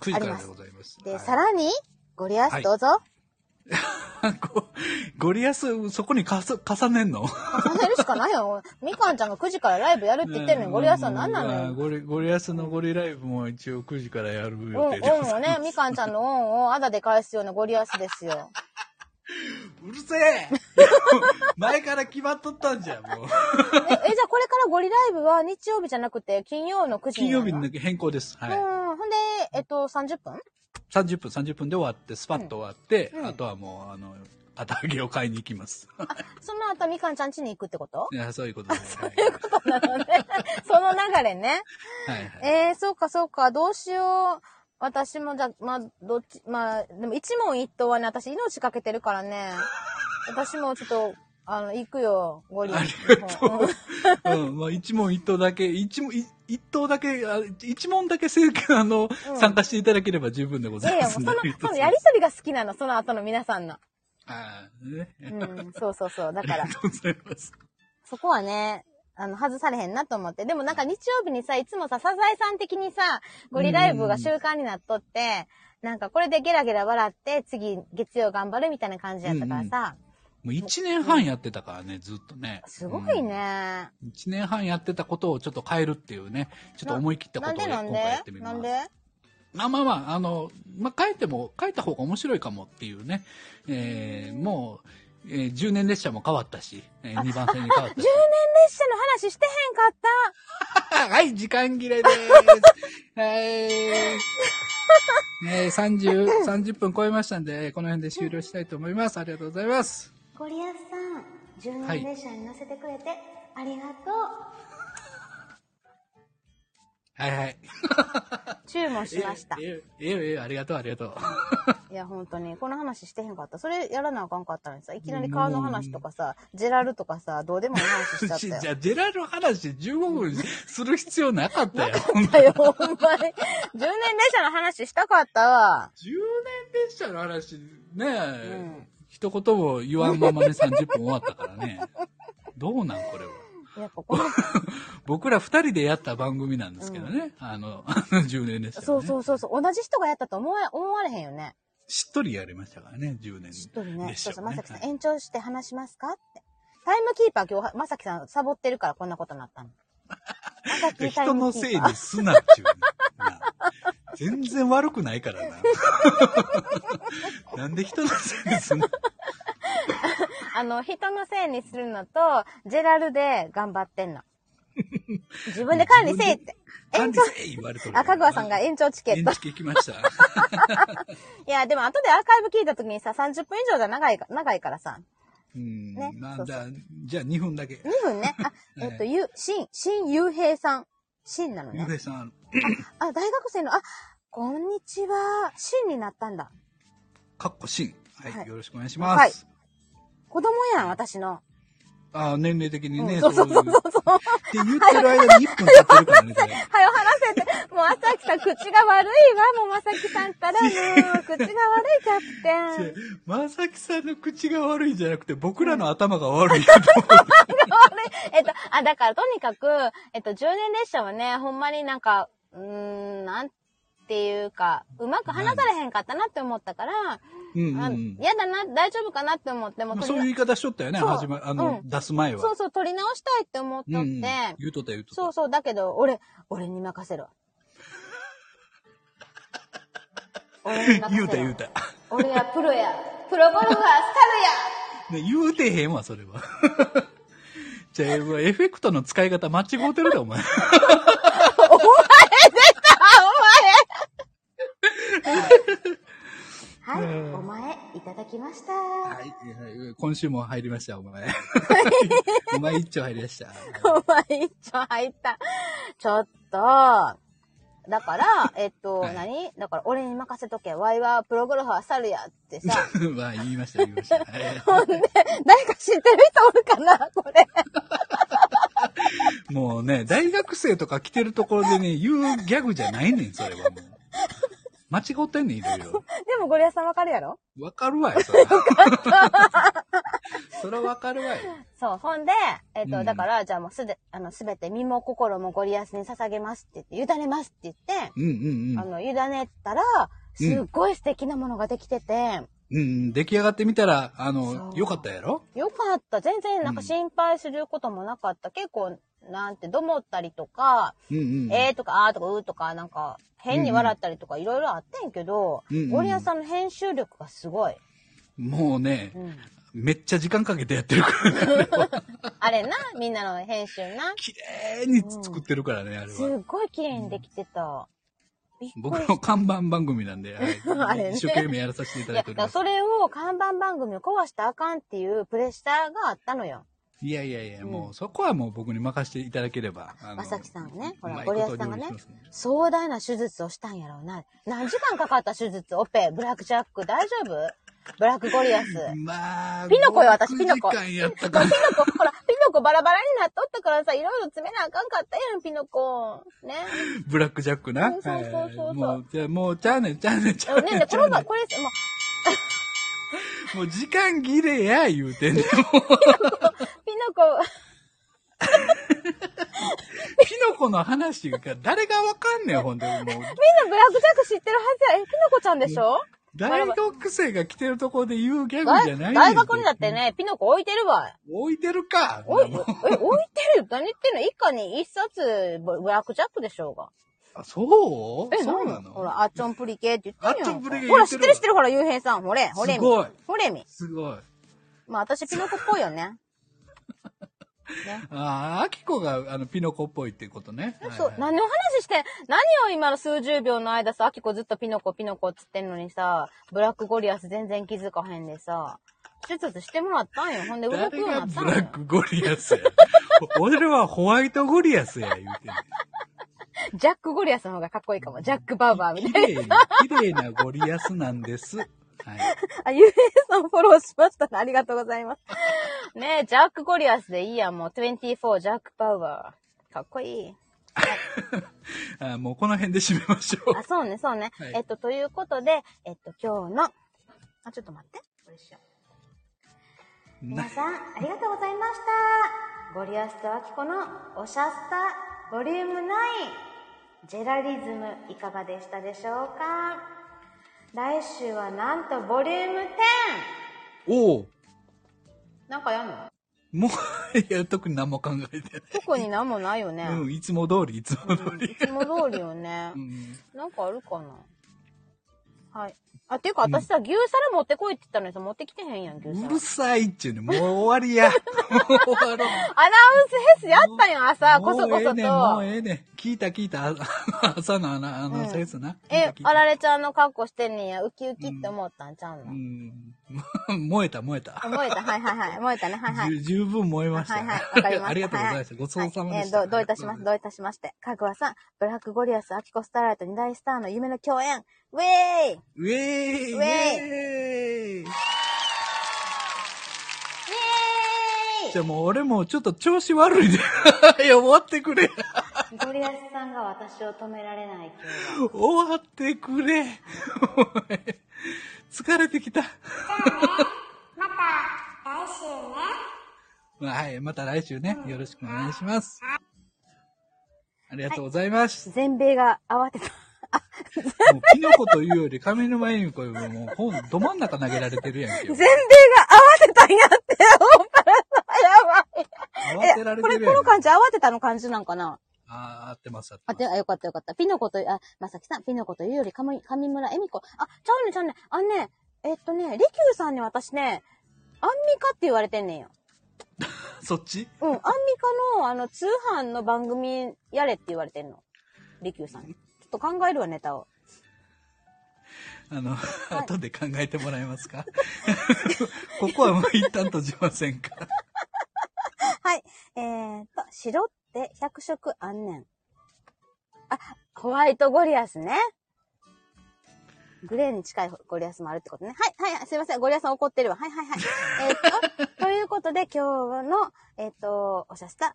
Speaker 2: 9時
Speaker 1: あ
Speaker 2: か
Speaker 1: り
Speaker 2: ら
Speaker 1: ます
Speaker 2: でございます。
Speaker 1: で、
Speaker 2: はい
Speaker 1: さらに、ゴリアスどうぞ。
Speaker 2: (laughs) ごゴリアス、そこにかす重ねんの
Speaker 1: 重ねるしかないよ。みかんちゃんが9時からライブやるって (laughs) 言ってるのに、ゴリアスは何なの
Speaker 2: うん
Speaker 1: よ。
Speaker 2: ゴリゴリアスのゴリライブも一応9時からやる
Speaker 1: うん、
Speaker 2: 予
Speaker 1: オ
Speaker 2: 定でご
Speaker 1: ン
Speaker 2: ざ
Speaker 1: を
Speaker 2: いま
Speaker 1: ね、
Speaker 2: す
Speaker 1: みかんちゃんのオンをあだで返すようなゴリアスですよ。
Speaker 2: (laughs) うるせえ (laughs) 前から決まっとったんじ
Speaker 1: (laughs)
Speaker 2: ゃん、も
Speaker 1: え、
Speaker 2: う。
Speaker 1: えじゃあこれからゴリライブは日曜日じゃなくて、金曜の9時
Speaker 2: 金曜日
Speaker 1: な
Speaker 2: の
Speaker 1: の
Speaker 2: 変更です。はい。
Speaker 1: うん、ほんで、えっと、30分
Speaker 2: 30分、30分で終わって、スパッと終わって、
Speaker 1: うんうん
Speaker 2: あとはもう、あの、片揚げを買いに行きます。
Speaker 1: その後みかんちゃん家に行くってこと (laughs)
Speaker 2: い (laughs) やそういうことです。はい
Speaker 1: なのね。その流れね。
Speaker 2: はいはい。
Speaker 1: えー、そうかそうか、どうしよう。私もじゃ、まあ、どっち、まあ、でも一問一答はね、私命かけてるからね。
Speaker 2: (laughs)
Speaker 1: 私もちょっと、あの、行くよ、ゴリラ。
Speaker 2: ありがとううん、まあ一問一答だけ、一問、い一答だけ、あ一問だけ正解、あの、
Speaker 1: うん
Speaker 2: 参加していただければ十分でご
Speaker 1: いや
Speaker 2: ざ
Speaker 1: い
Speaker 2: い
Speaker 1: や、
Speaker 2: ま
Speaker 1: もう
Speaker 2: す
Speaker 1: そ
Speaker 2: んで。 (laughs)
Speaker 1: の、そのやりとりが好きなの、その後の皆さんの。
Speaker 2: ああ、ね。
Speaker 1: うん、そうそうそう。だ
Speaker 2: あり
Speaker 1: か
Speaker 2: (laughs) が
Speaker 1: ら、
Speaker 2: とうございます。
Speaker 1: そこはね、あの、外されへんなと思って。でもなんか日曜日にさ、いつもさ、サザエさん的にさ、ゴリライブが習慣になっとって、なんかこれでゲラゲラ笑って、次、月曜頑張るみたいな感じやったからさ、
Speaker 2: もう一年半やってたからね、ずっとね。
Speaker 1: すごいね。
Speaker 2: うん。一年半やってたことをちょっと変えるっていうね、ちょっと思い切ったこ
Speaker 1: なん
Speaker 2: とを
Speaker 1: で
Speaker 2: 今
Speaker 1: なんで
Speaker 2: 回やってみま
Speaker 1: な
Speaker 2: す
Speaker 1: んで。
Speaker 2: まあまあまあ、あの、まあ、書いても、書いた方が面白いかもっていうね。えー、もう、えー、10年列車も変わったし、えー、2番線に変わった
Speaker 1: 10年
Speaker 2: し。
Speaker 1: 列車の話してへんかった。
Speaker 2: はい、時間切れです。はい。えー、30、30分超えましたんで、えーこの辺で終了したいと思います。ありがとうございます。
Speaker 3: ゴリアスさん、10
Speaker 2: はい
Speaker 3: 年列車に乗せてくれてありがと
Speaker 2: はいはい。
Speaker 1: 注文しました
Speaker 2: え。ええよええよありがとう、ありがとう。
Speaker 1: いや、本当に。この話してへんかった。それやらなあかんかったのにさ、いきなり川の話とかさ、ジェラルとかさ、どうでもいい話しちゃっ
Speaker 2: (laughs) じ
Speaker 1: たよ。
Speaker 2: ゃあ、ジェラル話15分する必要なかったよ。10
Speaker 1: だよ、ほんまに。10年列車の話したか
Speaker 2: (laughs)
Speaker 1: ったわ。
Speaker 2: 年列車の話、ねえ、
Speaker 1: うん
Speaker 2: 一言も言わんままね30分終わったからね。どうなん、これは。
Speaker 1: やっぱこの、
Speaker 2: 僕ら二人でやった番組なんですけどね。あの、10年列車、ね。
Speaker 1: そうそうそうそう、同じ人がやったと思わ思われへんよね。
Speaker 2: しっとりやりましたからね、10年。
Speaker 1: しっとりね。
Speaker 2: でし
Speaker 1: そうそ
Speaker 2: ょ
Speaker 1: う、
Speaker 2: う
Speaker 1: まさ
Speaker 2: ね
Speaker 1: きさん、
Speaker 2: はい
Speaker 1: 延長して話しますかって。タイムキーパー今日、まさきさんサボってるからこんなことになったの。まさきタイ
Speaker 2: 人の
Speaker 1: ムキ
Speaker 2: せ
Speaker 1: ー
Speaker 2: い
Speaker 1: パー。
Speaker 2: にすなっていうね。な全然悪くないから
Speaker 1: (laughs)
Speaker 2: な。なんで人のせいにすん
Speaker 1: (laughs)
Speaker 2: の
Speaker 1: (laughs) あの、人のせいにするのと、ジェラルで頑張ってんの。自分で管理せえって。
Speaker 2: 管理せい言われてる。
Speaker 1: あ、香川さんが延長チケッ
Speaker 2: 延
Speaker 1: ト
Speaker 2: 期。聞き
Speaker 1: (laughs)
Speaker 2: ました。
Speaker 1: いや、でも後でアーカイブ聞いた時にさ、30分以上じゃ長いか、長いからさ。
Speaker 2: うん。
Speaker 1: ね
Speaker 2: ま
Speaker 1: そ
Speaker 2: あ、
Speaker 1: う
Speaker 2: じ
Speaker 1: そう
Speaker 2: ゃあ、じゃあ2分だけ。
Speaker 1: 2分ね。
Speaker 2: (laughs)
Speaker 1: あ、えっと、ゆ、しん、しんゆうへいさん。しんなの
Speaker 2: ゆう
Speaker 1: ね。
Speaker 2: へいさん、
Speaker 1: あ、大学生の、あ、こんにちは。しんになったんだ。
Speaker 2: かっこしん。は
Speaker 1: はい
Speaker 2: い。よろしくお願いし
Speaker 1: は
Speaker 2: ま
Speaker 1: い
Speaker 2: す。
Speaker 1: 子供やん、私の。
Speaker 2: ああ、年齢的にね、
Speaker 1: そうそうそう
Speaker 2: い
Speaker 1: そうそう。
Speaker 2: って言ってる間に1分経ってるからね、これ。
Speaker 1: はよ話せって。もう、まさきさん、口が悪いわ。もう、まさきさんったら、もう、口が悪い、キャプテン。
Speaker 2: まさきさんの口が悪いんじゃなくて、僕らの頭が悪いかと思う。
Speaker 1: えっと、あ、だからとにかく、えっと、10年列車はね、ほんまになんか、うーん、なんていうか、うまく話されへんかったなって思ったから、
Speaker 2: うんう
Speaker 1: あ
Speaker 2: ん
Speaker 1: やだな、大丈夫かなって思って、も
Speaker 2: う。
Speaker 1: うん取
Speaker 2: そう
Speaker 1: り
Speaker 2: いう
Speaker 1: な
Speaker 2: 言い方しとったよね、
Speaker 1: そう
Speaker 2: 始ま、あ
Speaker 1: う
Speaker 2: の、出す前は。
Speaker 1: そうそう、取り直したいって思っとって、
Speaker 2: うんうん言うとった言うとった。
Speaker 1: そうそう、だけど、俺、俺に任せろ。俺に任せ
Speaker 2: (laughs) 言
Speaker 1: ろ
Speaker 2: うた言うた。。
Speaker 1: 俺はプロや。プロゴルファー、ス
Speaker 2: ね、言うてへんわ、それは。 (laughs) じゃあ、エフェクトの使い方間違うてるで、お前。
Speaker 1: タルや。お前出たお前はい、お前、いただきました。
Speaker 2: はい、はい今週も入りました、お前。 (laughs) お前一丁入りました。
Speaker 1: お前一丁入った。ちょっと、だから、えっと、
Speaker 2: はい
Speaker 1: 何だから、俺に任せとけ。ワイはプロゴルファー猿やってさ。 (laughs)
Speaker 2: (laughs) まあ、言いました、言いました。はい
Speaker 1: ほんで、誰か知ってる人おるかなこれ。
Speaker 2: もうね、大学生とか来てるところでね、言うギャグじゃないねん、それはもう。間違ってんねん、いろいろ。
Speaker 1: でもゴリアスさんわかるやろ
Speaker 2: わかるわよ、それは。それはわかるわよ。
Speaker 1: そう。ほんで、えっと、
Speaker 2: うん
Speaker 1: だから、じゃあもうすで、あの、すべて身も心もゴリアスに捧げますって言って、委ねますって言って、
Speaker 2: うんうん
Speaker 1: あ
Speaker 2: うん。
Speaker 1: の、委ねたら、すっごい素敵なものができてて、
Speaker 2: うんうん、出来上がってみたら、あ
Speaker 1: そ
Speaker 2: の、
Speaker 1: う
Speaker 2: よかったやろ
Speaker 1: よかった。全然なんか心配することもなかった。結構、なんて、どもったりとか、
Speaker 2: うんうん。
Speaker 1: えーとか、あーとか、うーとか、なんか、変に笑ったりとか、いろいろあってんけど、
Speaker 2: うんうん
Speaker 1: ゴリアスさんの編集力がすごい。
Speaker 2: もうね
Speaker 1: う、ん、
Speaker 2: めっちゃ時間かけてやってるから。
Speaker 1: あれな、みんなの編集な。
Speaker 2: 綺麗に作ってるからね、あれ
Speaker 1: す
Speaker 2: は。
Speaker 1: っごい綺麗にできてた。びっくり
Speaker 2: 僕の看板番組なんで、
Speaker 1: (laughs)
Speaker 2: は
Speaker 1: あ
Speaker 2: い
Speaker 1: れね
Speaker 2: 一生懸命やらさせていた
Speaker 1: い
Speaker 2: だ
Speaker 1: や、
Speaker 2: いてお
Speaker 1: だか
Speaker 2: り
Speaker 1: ら
Speaker 2: ます。
Speaker 1: それを看板番組を壊したらあかんっていうプレッシャーがあったのよ。
Speaker 2: いやいやいや、
Speaker 1: うん
Speaker 2: もうそこはもう僕に任せていただければ。あの
Speaker 1: まさきさんね、ほ
Speaker 2: う
Speaker 1: ら、
Speaker 2: まい
Speaker 1: ゴ
Speaker 2: こと
Speaker 1: リアスさんが
Speaker 2: お
Speaker 1: ね
Speaker 2: 料理しますね、
Speaker 1: 壮大な手術をしたんやろうな。何時間かかった手術、オペ、ブラックジャック、大丈夫ブラックゴリアス。ピノ
Speaker 2: まあ、
Speaker 1: ピノコよ私
Speaker 2: 5
Speaker 1: ピノコ
Speaker 2: 時間やった
Speaker 1: (laughs)
Speaker 2: から。
Speaker 1: コ、ほら、ピノコバラバラになっとったからさ、いろいろ詰めなあかんかったやん、ピノコ。ね。
Speaker 2: ブラックジャックな。
Speaker 1: そうそうそうそう
Speaker 2: はいもう、じゃあもう、ちゃうねん、ちゃうねん、ちゃう
Speaker 1: ね
Speaker 2: ねん。
Speaker 1: で、
Speaker 2: ち
Speaker 1: こ
Speaker 2: ゃ
Speaker 1: れ
Speaker 2: うね
Speaker 1: ば、
Speaker 2: ん
Speaker 1: これ、もう、
Speaker 2: もう時間切れや、言う
Speaker 1: (laughs)
Speaker 2: てんねん。もう
Speaker 1: ピノコ、
Speaker 2: ピノコの話が誰がわかんねん、ほんで。もう、
Speaker 1: みんなブラックジャック知ってるはずや。え、ピノコちゃんでしょ
Speaker 2: 大学生が来てるところで言うギャグじゃないね
Speaker 1: 大
Speaker 2: ん
Speaker 1: 大学にだって。ね、ピノコ置いてるわ。
Speaker 2: 置いてるか。
Speaker 1: おい、え、置いてる何言ってんの一家に一冊ブブラックジャックでしょうが。
Speaker 2: あ (laughs) そう
Speaker 1: え、
Speaker 2: そうな
Speaker 1: なん
Speaker 2: の
Speaker 1: ほら、アッチョンプリケって言ってるやんか
Speaker 2: アッチョンプリケ
Speaker 1: ほ
Speaker 2: 言
Speaker 1: ら、
Speaker 2: って
Speaker 1: 知
Speaker 2: るわ
Speaker 1: ってる知ってるほら、ゆうへいさん。ほれ、ほれみ。
Speaker 2: すごい
Speaker 1: ほれみ。
Speaker 2: すごい。
Speaker 1: まあ、私、ピノコっぽいよね。ね。
Speaker 2: ああ、アキコがあのピノコっぽいってことね。
Speaker 1: そう、
Speaker 2: はいはい
Speaker 1: 何を話して、何を今の数十秒の間さ、アキコずっとピノコピノコっつってんのにさ、ブラックゴリアス全然気づかへんでさ、手術してもらったんよ。ほんで動く
Speaker 2: 誰
Speaker 1: ようにな
Speaker 2: が
Speaker 1: った
Speaker 2: ブ
Speaker 1: んよ
Speaker 2: ラッ。クゴリアスや。俺はホワイトゴリアスや、言うてんねん。
Speaker 1: ジャックゴリアスの方がかっこいいかも。ジャックバーバーみたい
Speaker 2: 綺
Speaker 1: な。
Speaker 2: 麗な、綺麗なゴリアスなんです。はい。
Speaker 1: あ、ゆうへいさんフォローしましたね。ありがとうございます。ねえ、ジャック・ゴリアスでいいやん、もう。24、ジャック・パウワー。かっこいい。
Speaker 2: あもうこの辺で締めましょう。
Speaker 1: あ、そうね、そうね。
Speaker 2: はい
Speaker 1: えっと、ということで、えっと、今日の、あ、ちょっと待って。これしよう
Speaker 2: な
Speaker 1: 皆さん、ありがとうございました。ゴリアスとアキコのおしゃスタ、ボリューム9、ジェラリズム、いかがでしたでしょうか来週はなんとボリューム 10!
Speaker 2: おお
Speaker 1: なんかやんの
Speaker 2: もう、いや、特に何も考えて
Speaker 1: 特になんもないよね。
Speaker 2: ない。うん、いつも通り、いつも通
Speaker 1: うん
Speaker 2: り。
Speaker 1: いつも通りよね
Speaker 2: う。ん、
Speaker 1: なんかあるかなはい。あ、ていうか私さ、牛皿持ってこいって言ったのにさ、持ってきてへんやん、牛
Speaker 2: う
Speaker 1: 皿
Speaker 2: る。さいっちゅうね。もう終わ
Speaker 1: (laughs)
Speaker 2: りや。もう終
Speaker 1: アナウンス
Speaker 2: わろう。
Speaker 1: フェスやったやん、朝、こそこそ
Speaker 2: もうええねん、もう
Speaker 1: と。
Speaker 2: ええねん。聞いた聞いた。あ朝のあの、あの、やつな。聞
Speaker 1: え
Speaker 2: いた聞い、た
Speaker 1: あられちゃんの格好してんねんや、ウキウキって思ったんちゃうの、
Speaker 2: うん。燃えた、燃えた。
Speaker 1: 燃えた、はいはいはい。燃えたね、はいはい。
Speaker 2: 十十分燃えました。
Speaker 1: はいはい、わかりました。
Speaker 2: ありがとうございました。
Speaker 1: は
Speaker 2: ごちそうさまでした。
Speaker 1: はいえーどうどういたしま
Speaker 2: あ
Speaker 1: す、
Speaker 2: り
Speaker 1: ど
Speaker 2: が
Speaker 1: ういたしまして。かぐわさん、ブラックゴリアス、アキコスターライト、二大スターの夢の共演。ウェーイ
Speaker 2: とうございます。ウェー
Speaker 1: ウェーイ
Speaker 2: イイェーイ
Speaker 1: イェーイ
Speaker 2: じゃあもう俺もうちょっと調子悪いで。 (laughs) いや、終わってくれ。
Speaker 1: ゴリアスさんが私を止められない今日は
Speaker 2: 終わってくれ。 (laughs) 疲れてきた。
Speaker 3: また来週ね。
Speaker 2: はい、また来週ね、よろしくお願いします。ありがとうございます。
Speaker 1: 全米が慌てた。あ、
Speaker 2: もう、キノコというより、上沼恵美子よりも、ほん、ど真ん中投げられてるやんけ
Speaker 1: (laughs) 全。米が慌てたんやって、思った
Speaker 2: (laughs) 慌
Speaker 1: らやばい。
Speaker 2: てられ
Speaker 1: こ
Speaker 2: て
Speaker 1: れ、
Speaker 2: る
Speaker 1: こ
Speaker 2: や
Speaker 1: の
Speaker 2: んけ。
Speaker 1: 感じ、慌てたの感じなんかな
Speaker 2: あー、合ってます、合って
Speaker 1: あ、
Speaker 2: ます
Speaker 1: て、あ、よかったよかった。ピノコと、あ、まさきさん、ピノコというより、かも、上村恵美子。あ、ちゃうねちゃうね。あのね、えっとね、利休さんに私ね、アンミカって言われてんねんよ。
Speaker 2: そっち
Speaker 1: うん、アンミカの、あの、通販の番組やれって言われてんの。利休さんに。ちょっと考えるわ、ネタを。
Speaker 2: あの、 (laughs) 後で考えてもらえます
Speaker 1: (laughs)
Speaker 2: かここはもう一旦閉じませんか (laughs)
Speaker 1: はい。えー、っと、白って100色あんねん。あ、ホワイトゴリアスね。グレーに近いゴリアスもあるってことね。はい、はい、すいません。ゴリアスさん怒ってるわ。はい、
Speaker 2: (laughs)
Speaker 1: はい、はい。えーっと、ということで今日の、えーっと、おしゃした、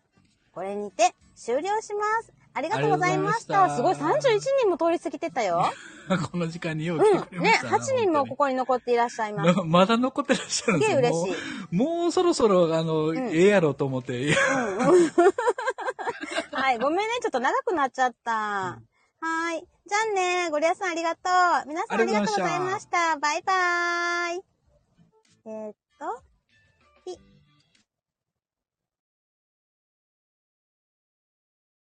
Speaker 1: これにて終了します。ありがとうございました。
Speaker 2: ありが
Speaker 1: す
Speaker 2: とうご
Speaker 1: ごい、
Speaker 2: ざいま
Speaker 1: 31
Speaker 2: した
Speaker 1: 人も通り過ぎてたよ。
Speaker 2: この時間に用意してく
Speaker 1: う
Speaker 2: れ
Speaker 1: ん。
Speaker 2: ま
Speaker 1: ね、
Speaker 2: したな、
Speaker 1: 8人もここに残っていらっしゃいます。
Speaker 2: (laughs) ままだ残ってらっしゃるんですよ
Speaker 1: すげえ嬉しい
Speaker 2: もうもうそろそろ、あの、ええやろうと思って、いや
Speaker 1: はい、ごめんね、ちょっと長くなっちゃった。はーい。じゃあね、ゴリアスさんありがとう。皆さんありがとうございました。バイバーイ。えーっと、